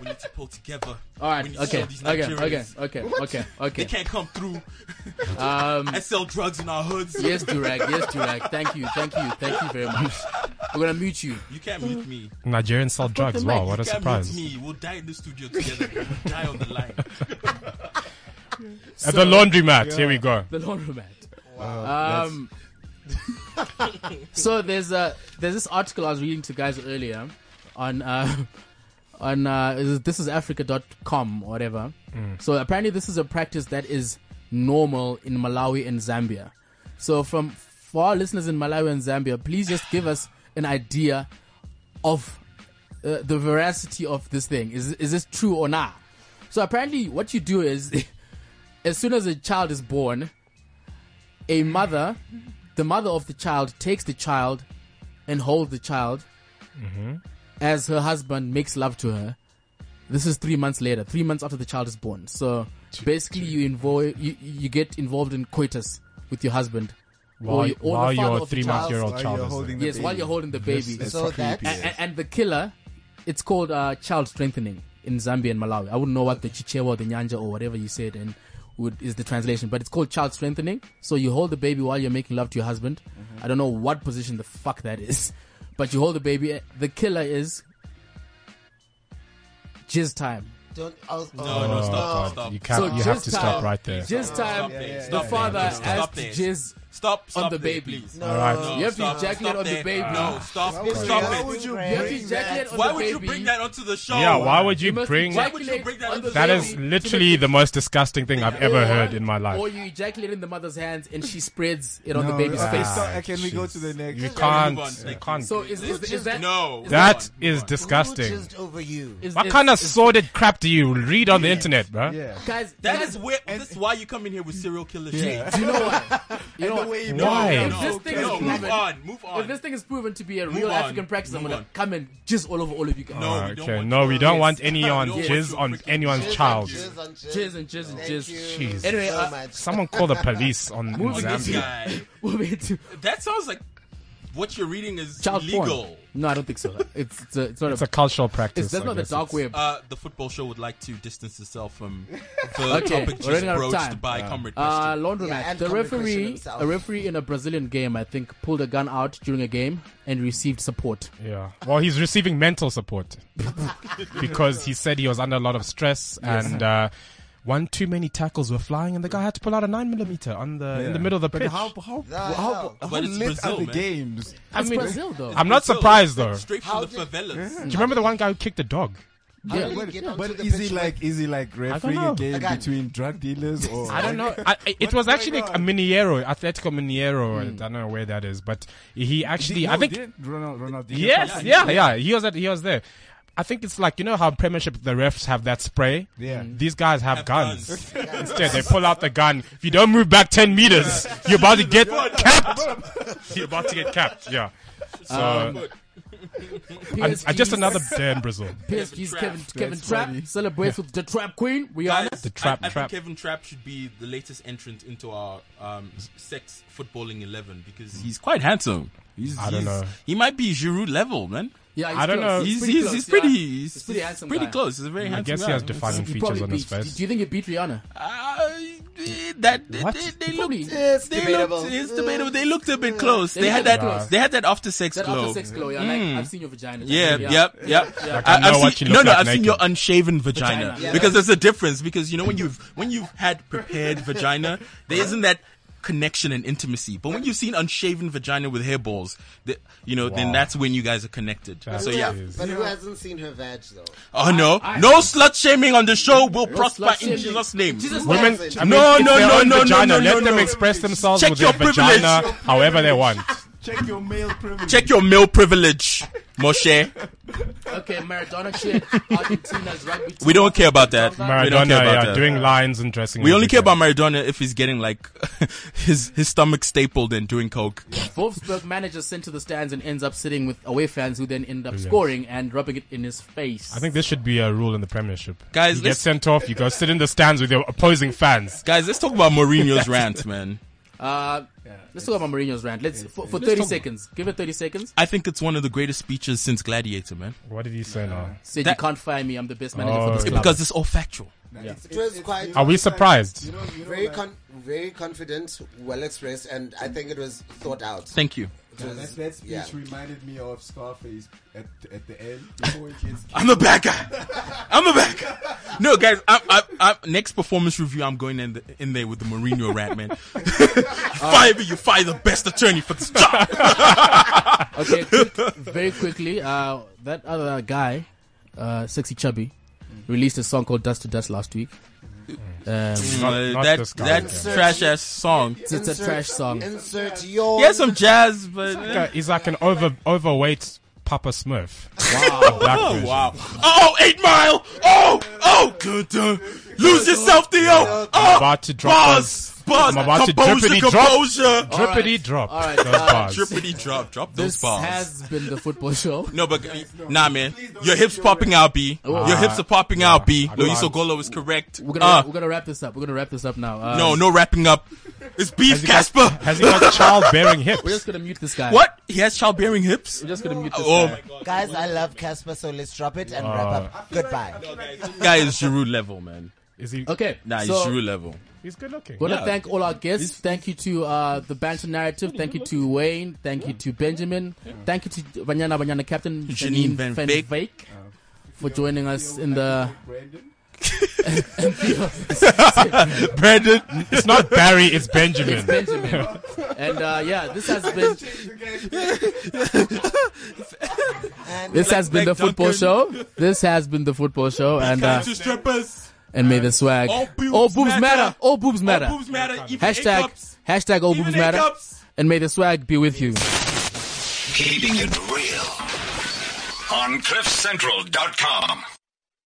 [SPEAKER 6] We need to pull together.
[SPEAKER 3] All right,
[SPEAKER 6] We need to
[SPEAKER 3] okay,
[SPEAKER 6] show these
[SPEAKER 3] okay,
[SPEAKER 6] Nigerians.
[SPEAKER 3] okay, okay, okay, okay.
[SPEAKER 6] They can't come through.
[SPEAKER 3] Um,
[SPEAKER 6] I sell drugs in our hoods.
[SPEAKER 3] Yes, Durag. Yes, Durag. Thank you. Thank you. Thank you very much. We're gonna mute you.
[SPEAKER 6] You can't mute me.
[SPEAKER 4] Nigerians sell drugs.
[SPEAKER 6] Fucking
[SPEAKER 4] Wow,
[SPEAKER 6] mate,
[SPEAKER 4] what
[SPEAKER 6] you
[SPEAKER 4] a
[SPEAKER 6] can't
[SPEAKER 4] surprise!
[SPEAKER 6] mute me. We'll die in the studio together. [LAUGHS] We'll die on the line.
[SPEAKER 4] At the laundromat. Here we go.
[SPEAKER 3] The laundromat.
[SPEAKER 4] Wow,
[SPEAKER 3] um, [LAUGHS] so there's a there's this article I was reading to guys earlier on uh, [LAUGHS] on uh, is- this is africa.com or whatever.
[SPEAKER 15] Mm.
[SPEAKER 3] So apparently this is a practice that is normal in Malawi and Zambia. So from for our listeners in Malawi and Zambia, please just give us an idea of uh, the veracity of this thing. Is is this true or not? So apparently, what you do is, [LAUGHS] as soon as a child is born, a mother, the mother of the child, takes the child and holds the child
[SPEAKER 4] Mhm.
[SPEAKER 3] as her husband makes love to her. This is three months later, three months after the child is born. So basically, you involve you, you get involved in coitus with your husband.
[SPEAKER 4] While-
[SPEAKER 3] you- the
[SPEAKER 4] while your
[SPEAKER 3] father of the
[SPEAKER 4] three-month-year-old While child you're is there. holding the
[SPEAKER 3] yes, while
[SPEAKER 4] baby.
[SPEAKER 3] you're holding the
[SPEAKER 4] Yes,
[SPEAKER 3] baby.
[SPEAKER 4] that's So fucking that's- creepy,
[SPEAKER 3] and, and- and the killer, it's called uh, child strengthening in Zambia and Malawi. I wouldn't know what the chichewa or the nyanja or whatever you said and would, is the translation, but it's called child strengthening. So you hold the baby while you're making love to your husband. I don't know what position the fuck that is, [LAUGHS] but you hold the baby. The killer is jizz time.
[SPEAKER 12] Don't. I was,
[SPEAKER 3] No,
[SPEAKER 4] Oh, no, stop, no. stop. You can't- you have
[SPEAKER 3] jizz
[SPEAKER 4] to stop right there.
[SPEAKER 3] Jizz
[SPEAKER 4] Stop,
[SPEAKER 3] time.
[SPEAKER 4] stop there,
[SPEAKER 3] the
[SPEAKER 4] stop
[SPEAKER 3] father
[SPEAKER 4] there,
[SPEAKER 3] has
[SPEAKER 4] stop
[SPEAKER 3] to
[SPEAKER 4] there.
[SPEAKER 3] jizz
[SPEAKER 6] Stop,
[SPEAKER 3] on
[SPEAKER 6] stop
[SPEAKER 3] the
[SPEAKER 6] there,
[SPEAKER 3] baby.
[SPEAKER 6] please. No, All right. no,
[SPEAKER 3] You have to
[SPEAKER 6] stop,
[SPEAKER 3] ejaculate
[SPEAKER 6] stop
[SPEAKER 3] on the
[SPEAKER 6] there.
[SPEAKER 3] baby.
[SPEAKER 6] No, stop
[SPEAKER 3] Why
[SPEAKER 6] it,
[SPEAKER 3] would you-
[SPEAKER 6] stop
[SPEAKER 3] why
[SPEAKER 6] it.
[SPEAKER 3] would you
[SPEAKER 6] You
[SPEAKER 3] have to
[SPEAKER 6] bring
[SPEAKER 3] ejaculate
[SPEAKER 6] that?
[SPEAKER 3] on
[SPEAKER 6] Why
[SPEAKER 3] the
[SPEAKER 6] would you
[SPEAKER 3] baby?
[SPEAKER 6] bring that onto the show?
[SPEAKER 4] Yeah, why would you
[SPEAKER 3] must
[SPEAKER 4] bring-
[SPEAKER 6] Why would you bring that
[SPEAKER 3] on
[SPEAKER 6] onto
[SPEAKER 3] the
[SPEAKER 6] the
[SPEAKER 4] That
[SPEAKER 3] baby?
[SPEAKER 4] is literally the most disgusting thing I've ever
[SPEAKER 3] Or-
[SPEAKER 4] heard in my life.
[SPEAKER 3] Or you ejaculate in the mother's hands and she spreads it on
[SPEAKER 4] No,
[SPEAKER 3] the baby's
[SPEAKER 4] okay,
[SPEAKER 3] face.
[SPEAKER 4] so-
[SPEAKER 5] can we go to the next?
[SPEAKER 4] You can't. you can't.
[SPEAKER 3] So is, is, is that
[SPEAKER 6] no?
[SPEAKER 4] that is disgusting.
[SPEAKER 12] over you.
[SPEAKER 4] what kind of sordid crap do you read on the internet, bro?
[SPEAKER 3] guys?
[SPEAKER 6] That is where. This is why you come in here with serial killer shit.
[SPEAKER 3] Do you know
[SPEAKER 6] [LAUGHS]
[SPEAKER 3] what? You know what?
[SPEAKER 4] you No, Why?
[SPEAKER 3] If
[SPEAKER 4] no,
[SPEAKER 3] this thing
[SPEAKER 6] no,
[SPEAKER 3] is
[SPEAKER 6] move
[SPEAKER 3] proven,
[SPEAKER 6] on, move on.
[SPEAKER 3] If this thing is proven to be a
[SPEAKER 6] Move
[SPEAKER 3] real
[SPEAKER 6] on,
[SPEAKER 3] African practice, I'm
[SPEAKER 6] move
[SPEAKER 3] gonna
[SPEAKER 6] on.
[SPEAKER 3] come and jizz all over all of you guys.
[SPEAKER 4] No, we don't okay, want no, your- we don't
[SPEAKER 3] Yes.
[SPEAKER 4] want any on-
[SPEAKER 3] We don't want
[SPEAKER 4] jizz
[SPEAKER 3] your
[SPEAKER 4] on
[SPEAKER 3] freaking
[SPEAKER 4] anyone's
[SPEAKER 3] jizz.
[SPEAKER 4] child.
[SPEAKER 3] Jizz on jizz and jizz and jizz.
[SPEAKER 4] Jesus.
[SPEAKER 3] Anyway, uh, [LAUGHS]
[SPEAKER 4] someone call the police on in
[SPEAKER 3] Moving this
[SPEAKER 4] Zambia.
[SPEAKER 6] guy.
[SPEAKER 3] into-
[SPEAKER 6] That sounds like what you're reading is
[SPEAKER 3] child
[SPEAKER 6] illegal.
[SPEAKER 3] porn. No, I don't think so. It's it's, a, it's not
[SPEAKER 4] It's a cultural practice,
[SPEAKER 3] It's, that's
[SPEAKER 4] I
[SPEAKER 3] not the
[SPEAKER 4] guess
[SPEAKER 3] dark web.
[SPEAKER 6] Uh, the football show would like to distance itself from the
[SPEAKER 3] [LAUGHS] okay,
[SPEAKER 6] topic
[SPEAKER 3] we're
[SPEAKER 6] just
[SPEAKER 3] running out of time.
[SPEAKER 6] broached by Comrade
[SPEAKER 3] uh,
[SPEAKER 6] Question.
[SPEAKER 3] laundromat.
[SPEAKER 12] Yeah, and
[SPEAKER 3] the
[SPEAKER 12] Comrade Question
[SPEAKER 3] referee,
[SPEAKER 12] himself.
[SPEAKER 3] a referee in a Brazilian game, I think, pulled a gun out during a game and received support.
[SPEAKER 4] Yeah. Well, he's receiving mental support because he said he was under a lot of stress
[SPEAKER 3] Yes.
[SPEAKER 4] and uh, one too many tackles were flying, and the guy had to pull out a nine millimeter on the in the
[SPEAKER 5] Yeah.
[SPEAKER 4] middle of the
[SPEAKER 5] But
[SPEAKER 4] pitch.
[SPEAKER 5] how- how-
[SPEAKER 12] The
[SPEAKER 5] how-
[SPEAKER 12] hell?
[SPEAKER 5] how
[SPEAKER 4] But it's
[SPEAKER 5] lit
[SPEAKER 4] Brazil,
[SPEAKER 5] are the
[SPEAKER 4] man.
[SPEAKER 5] games?
[SPEAKER 4] I
[SPEAKER 3] It's
[SPEAKER 4] mean-
[SPEAKER 3] Brazil, though.
[SPEAKER 4] I'm not
[SPEAKER 6] Brazil,
[SPEAKER 4] surprised
[SPEAKER 6] straight-
[SPEAKER 4] though.
[SPEAKER 6] straight from How the did- favelas. [LAUGHS]
[SPEAKER 4] Do you remember the one guy who kicked the dog?
[SPEAKER 12] How did he
[SPEAKER 5] but
[SPEAKER 12] get onto
[SPEAKER 5] but
[SPEAKER 12] the
[SPEAKER 5] is he
[SPEAKER 12] pitch
[SPEAKER 5] like is he like refereeing
[SPEAKER 4] know.
[SPEAKER 5] a game
[SPEAKER 12] Again.
[SPEAKER 5] between
[SPEAKER 12] [LAUGHS]
[SPEAKER 5] drug dealers or
[SPEAKER 4] I
[SPEAKER 5] [LAUGHS]
[SPEAKER 4] don't know. I, I- it was actually a Mineiro, Atletico Mineiro. I don't know where that is, but he actually,
[SPEAKER 5] Hmm. Did-
[SPEAKER 4] I
[SPEAKER 5] no,
[SPEAKER 4] think,
[SPEAKER 5] didn't Ronald- Ronaldinho
[SPEAKER 4] yes,
[SPEAKER 5] pass it?
[SPEAKER 4] yeah, yeah, he was at, he was there. I think it's like you know how Premiership the refs have that spray. Hmm.
[SPEAKER 5] Yeah.
[SPEAKER 4] these guys have, guns.
[SPEAKER 5] [LAUGHS]
[SPEAKER 4] Instead, they pull out the gun. If you don't move back ten meters, you're about to get
[SPEAKER 5] [LAUGHS]
[SPEAKER 4] capped. you're about to get capped. Yeah. So,
[SPEAKER 3] Um,
[SPEAKER 4] and- and just
[SPEAKER 5] [LAUGHS]
[SPEAKER 3] PSG's
[SPEAKER 4] another day in
[SPEAKER 3] [LAUGHS]
[SPEAKER 4] Brazil.
[SPEAKER 3] PSG's Kevin
[SPEAKER 6] That's
[SPEAKER 3] Kevin
[SPEAKER 5] funny.
[SPEAKER 3] Trapp celebrates with the Trap Queen. We are
[SPEAKER 6] Guys,
[SPEAKER 4] The trap,
[SPEAKER 6] I, I
[SPEAKER 4] trap.
[SPEAKER 6] think Kevin Trapp should be the latest entrant into our um, sex footballing eleven because he's quite handsome. He's,
[SPEAKER 4] I don't
[SPEAKER 6] he's-
[SPEAKER 4] know.
[SPEAKER 6] He might be Giroud level, man.
[SPEAKER 3] Yeah, he's
[SPEAKER 4] I don't
[SPEAKER 3] close.
[SPEAKER 4] know.
[SPEAKER 6] He's
[SPEAKER 3] He's pretty
[SPEAKER 6] he's, he's pretty
[SPEAKER 3] close, yeah. He's
[SPEAKER 6] he's,
[SPEAKER 3] pretty handsome
[SPEAKER 6] pretty
[SPEAKER 3] guy.
[SPEAKER 6] close. He's a very
[SPEAKER 4] I
[SPEAKER 6] handsome.
[SPEAKER 4] guess he
[SPEAKER 6] guy.
[SPEAKER 4] has defining
[SPEAKER 6] It's-
[SPEAKER 3] He
[SPEAKER 4] features
[SPEAKER 3] probably
[SPEAKER 4] on his
[SPEAKER 3] beat.
[SPEAKER 4] face.
[SPEAKER 3] Do you think he beat Rihanna?
[SPEAKER 6] Uh, that they, they, they looked,
[SPEAKER 3] It's
[SPEAKER 6] they
[SPEAKER 3] debatable.
[SPEAKER 6] looked, it's debatable. They looked a bit close.
[SPEAKER 3] They
[SPEAKER 6] They, had
[SPEAKER 3] looked a
[SPEAKER 6] that.
[SPEAKER 4] bit close.
[SPEAKER 6] They had that after sex
[SPEAKER 3] That
[SPEAKER 6] glow.
[SPEAKER 3] after sex glow, yeah. Like,
[SPEAKER 6] Mm.
[SPEAKER 3] I've seen your vagina.
[SPEAKER 6] Yeah,
[SPEAKER 3] yeah.
[SPEAKER 6] yep, yep.
[SPEAKER 4] Like, I
[SPEAKER 6] I,
[SPEAKER 4] know
[SPEAKER 6] have
[SPEAKER 4] what
[SPEAKER 6] seen,
[SPEAKER 4] you
[SPEAKER 6] no,
[SPEAKER 4] look
[SPEAKER 6] no,
[SPEAKER 4] like
[SPEAKER 6] I've seen
[SPEAKER 4] naked.
[SPEAKER 6] your unshaven vagina,
[SPEAKER 3] Vagina. Yeah.
[SPEAKER 6] because there's a difference. Because you know when you've when you've had prepared vagina, there isn't that connection and intimacy. But when you've seen unshaven vagina with hairballs, the, you know, then
[SPEAKER 4] Wow.
[SPEAKER 6] that's when you guys are connected.
[SPEAKER 4] That
[SPEAKER 6] so
[SPEAKER 4] is-
[SPEAKER 6] yeah.
[SPEAKER 12] But who hasn't seen her vag though?
[SPEAKER 6] Oh no,
[SPEAKER 3] I-
[SPEAKER 6] no slut shaming on the show will prosper
[SPEAKER 3] slut
[SPEAKER 6] in
[SPEAKER 3] shaming.
[SPEAKER 6] Jesus' name.
[SPEAKER 3] Jesus
[SPEAKER 4] Women,
[SPEAKER 3] That's
[SPEAKER 4] I mean,
[SPEAKER 6] No,
[SPEAKER 4] it's
[SPEAKER 6] no,
[SPEAKER 4] their
[SPEAKER 6] no,
[SPEAKER 4] own
[SPEAKER 6] no, no,
[SPEAKER 4] vagina.
[SPEAKER 6] no, no,
[SPEAKER 4] Let them
[SPEAKER 6] no.
[SPEAKER 4] express themselves
[SPEAKER 6] Check
[SPEAKER 4] with their
[SPEAKER 6] your privilege.
[SPEAKER 4] vagina however they want.
[SPEAKER 5] Check your male privilege.
[SPEAKER 6] Check your male privilege, Moshe.
[SPEAKER 3] Okay, Maradona cheered
[SPEAKER 6] [LAUGHS]
[SPEAKER 3] Argentina's rugby team.
[SPEAKER 6] We don't care about that. we don't
[SPEAKER 4] Maradona,
[SPEAKER 6] care about
[SPEAKER 4] yeah,
[SPEAKER 6] that.
[SPEAKER 4] doing lines and dressing.
[SPEAKER 6] We only
[SPEAKER 4] rooms
[SPEAKER 6] care
[SPEAKER 4] again.
[SPEAKER 6] about Maradona if he's getting like [LAUGHS] his his stomach stapled and doing coke.
[SPEAKER 3] Wolfsburg manager sent to the stands and ends up sitting with away fans who then end up
[SPEAKER 4] Yes.
[SPEAKER 3] scoring and rubbing it in his face.
[SPEAKER 4] I think this should be a rule in the Premiership.
[SPEAKER 6] Guys,
[SPEAKER 4] you get
[SPEAKER 6] let's-
[SPEAKER 4] sent off. You go sit in the stands with your opposing fans.
[SPEAKER 6] Guys, let's talk
[SPEAKER 4] [LAUGHS]
[SPEAKER 6] about Mourinho's rant, man.
[SPEAKER 3] Uh, let's talk about Mourinho's rant. Let's for, for
[SPEAKER 6] Let's
[SPEAKER 3] thirty
[SPEAKER 6] talk-
[SPEAKER 3] seconds. Give it thirty seconds.
[SPEAKER 6] I think it's one of the greatest speeches since Gladiator, man.
[SPEAKER 4] What did he say now?
[SPEAKER 3] Uh, Said
[SPEAKER 6] That-
[SPEAKER 3] you can't fire me. I'm the best manager
[SPEAKER 4] Oh,
[SPEAKER 3] for this
[SPEAKER 4] yeah.
[SPEAKER 3] club.
[SPEAKER 6] Because it's all factual.
[SPEAKER 12] It was quite
[SPEAKER 4] Are we surprised?
[SPEAKER 12] very con- very confident, well expressed, and I think it was thought out.
[SPEAKER 6] Thank you.
[SPEAKER 12] It
[SPEAKER 5] Now,
[SPEAKER 12] was-
[SPEAKER 5] that, that speech
[SPEAKER 12] yeah.
[SPEAKER 5] reminded me of Scarface at, at the end before he gets
[SPEAKER 6] I'm a bad guy. [LAUGHS] I'm a bad guy. No, guys, I'm, I'm, I'm, next performance review, I'm going in, the, in there with the Mourinho rant, man. [LAUGHS] you fire me, you fire the best attorney for this job. [LAUGHS]
[SPEAKER 3] okay, quick, very quickly, uh, that other guy, uh, Sexy Chubby,
[SPEAKER 6] Mm.
[SPEAKER 3] released a song called Dust to Dust last week. Um,
[SPEAKER 4] [LAUGHS] Not- not
[SPEAKER 6] that
[SPEAKER 4] this guy,
[SPEAKER 6] that
[SPEAKER 4] okay.
[SPEAKER 6] trash ass song.
[SPEAKER 3] it's, it's a trash song.
[SPEAKER 5] Oh,
[SPEAKER 12] Insert your
[SPEAKER 6] He has some jazz, but eh.
[SPEAKER 7] [LAUGHS]
[SPEAKER 4] He's like an over overweight
[SPEAKER 9] Papa Smurf.
[SPEAKER 6] Wow.
[SPEAKER 9] Wow.
[SPEAKER 6] wow. Oh, eight mile. Oh, oh. Dun, dun. Lose yourself, Theo. Oh,
[SPEAKER 9] about to drop
[SPEAKER 6] bars.
[SPEAKER 9] those-
[SPEAKER 6] Bars.
[SPEAKER 9] I'm about to
[SPEAKER 6] composure,
[SPEAKER 9] drippity drop.
[SPEAKER 6] composure.
[SPEAKER 9] Drippity drop
[SPEAKER 3] All right.
[SPEAKER 9] those
[SPEAKER 3] uh,
[SPEAKER 9] bars.
[SPEAKER 6] Drippity drop. Drop those
[SPEAKER 3] this
[SPEAKER 6] bars.
[SPEAKER 3] has been the football [LAUGHS] show.
[SPEAKER 6] No, but nah, man. Your hips popping out, B.
[SPEAKER 3] Oh.
[SPEAKER 6] Your hips are popping out, B.
[SPEAKER 3] I
[SPEAKER 6] Luis
[SPEAKER 3] can't.
[SPEAKER 6] Ogolo is correct.
[SPEAKER 3] We're gonna
[SPEAKER 6] Uh,
[SPEAKER 3] we're gonna wrap this up. We're gonna wrap this up now. Uh,
[SPEAKER 6] no, no wrapping up. It's beef,
[SPEAKER 3] Has
[SPEAKER 6] Casper.
[SPEAKER 9] has he got
[SPEAKER 3] [LAUGHS]
[SPEAKER 9] childbearing hips?
[SPEAKER 3] We're just gonna mute this guy.
[SPEAKER 6] What? He has childbearing hips? We're
[SPEAKER 3] just gonna mute this
[SPEAKER 6] oh,
[SPEAKER 3] guy.
[SPEAKER 7] Guys, I love Casper, so let's drop it and
[SPEAKER 4] Uh,
[SPEAKER 7] wrap up. Goodbye.
[SPEAKER 6] my guy is Giroud level, man.
[SPEAKER 9] Is he
[SPEAKER 3] Okay,
[SPEAKER 6] Nah, he's
[SPEAKER 3] so-
[SPEAKER 6] Giroud level.
[SPEAKER 9] He's good looking.
[SPEAKER 3] Want to
[SPEAKER 6] Yeah.
[SPEAKER 3] thank all our guests. Thank you to uh, the Banter Narrative. Thank you to Wayne. Thank you to Benjamin. Thank you to Banyana Banyana Captain
[SPEAKER 6] Janine Van Vyk.
[SPEAKER 3] for joining us
[SPEAKER 6] [LAUGHS]
[SPEAKER 3] in the.
[SPEAKER 9] Brandon, it's not Barry, it's Benjamin.
[SPEAKER 3] It's Benjamin. And uh, yeah, this has been this has been the
[SPEAKER 6] Black
[SPEAKER 3] football show.
[SPEAKER 6] Duncan.
[SPEAKER 3] This has been the football show, and uh,
[SPEAKER 6] Two strippers.
[SPEAKER 3] and may the swag.
[SPEAKER 6] All boobs matter.
[SPEAKER 3] matter. All boobs
[SPEAKER 6] All
[SPEAKER 3] matter.
[SPEAKER 6] boobs matter, even A
[SPEAKER 3] Hashtag
[SPEAKER 6] cups.
[SPEAKER 3] hashtag all
[SPEAKER 6] Even
[SPEAKER 3] boobs
[SPEAKER 6] A
[SPEAKER 3] matter.
[SPEAKER 6] cups.
[SPEAKER 3] And may the swag be with you.
[SPEAKER 16] Keeping it real on CliffCentral.com.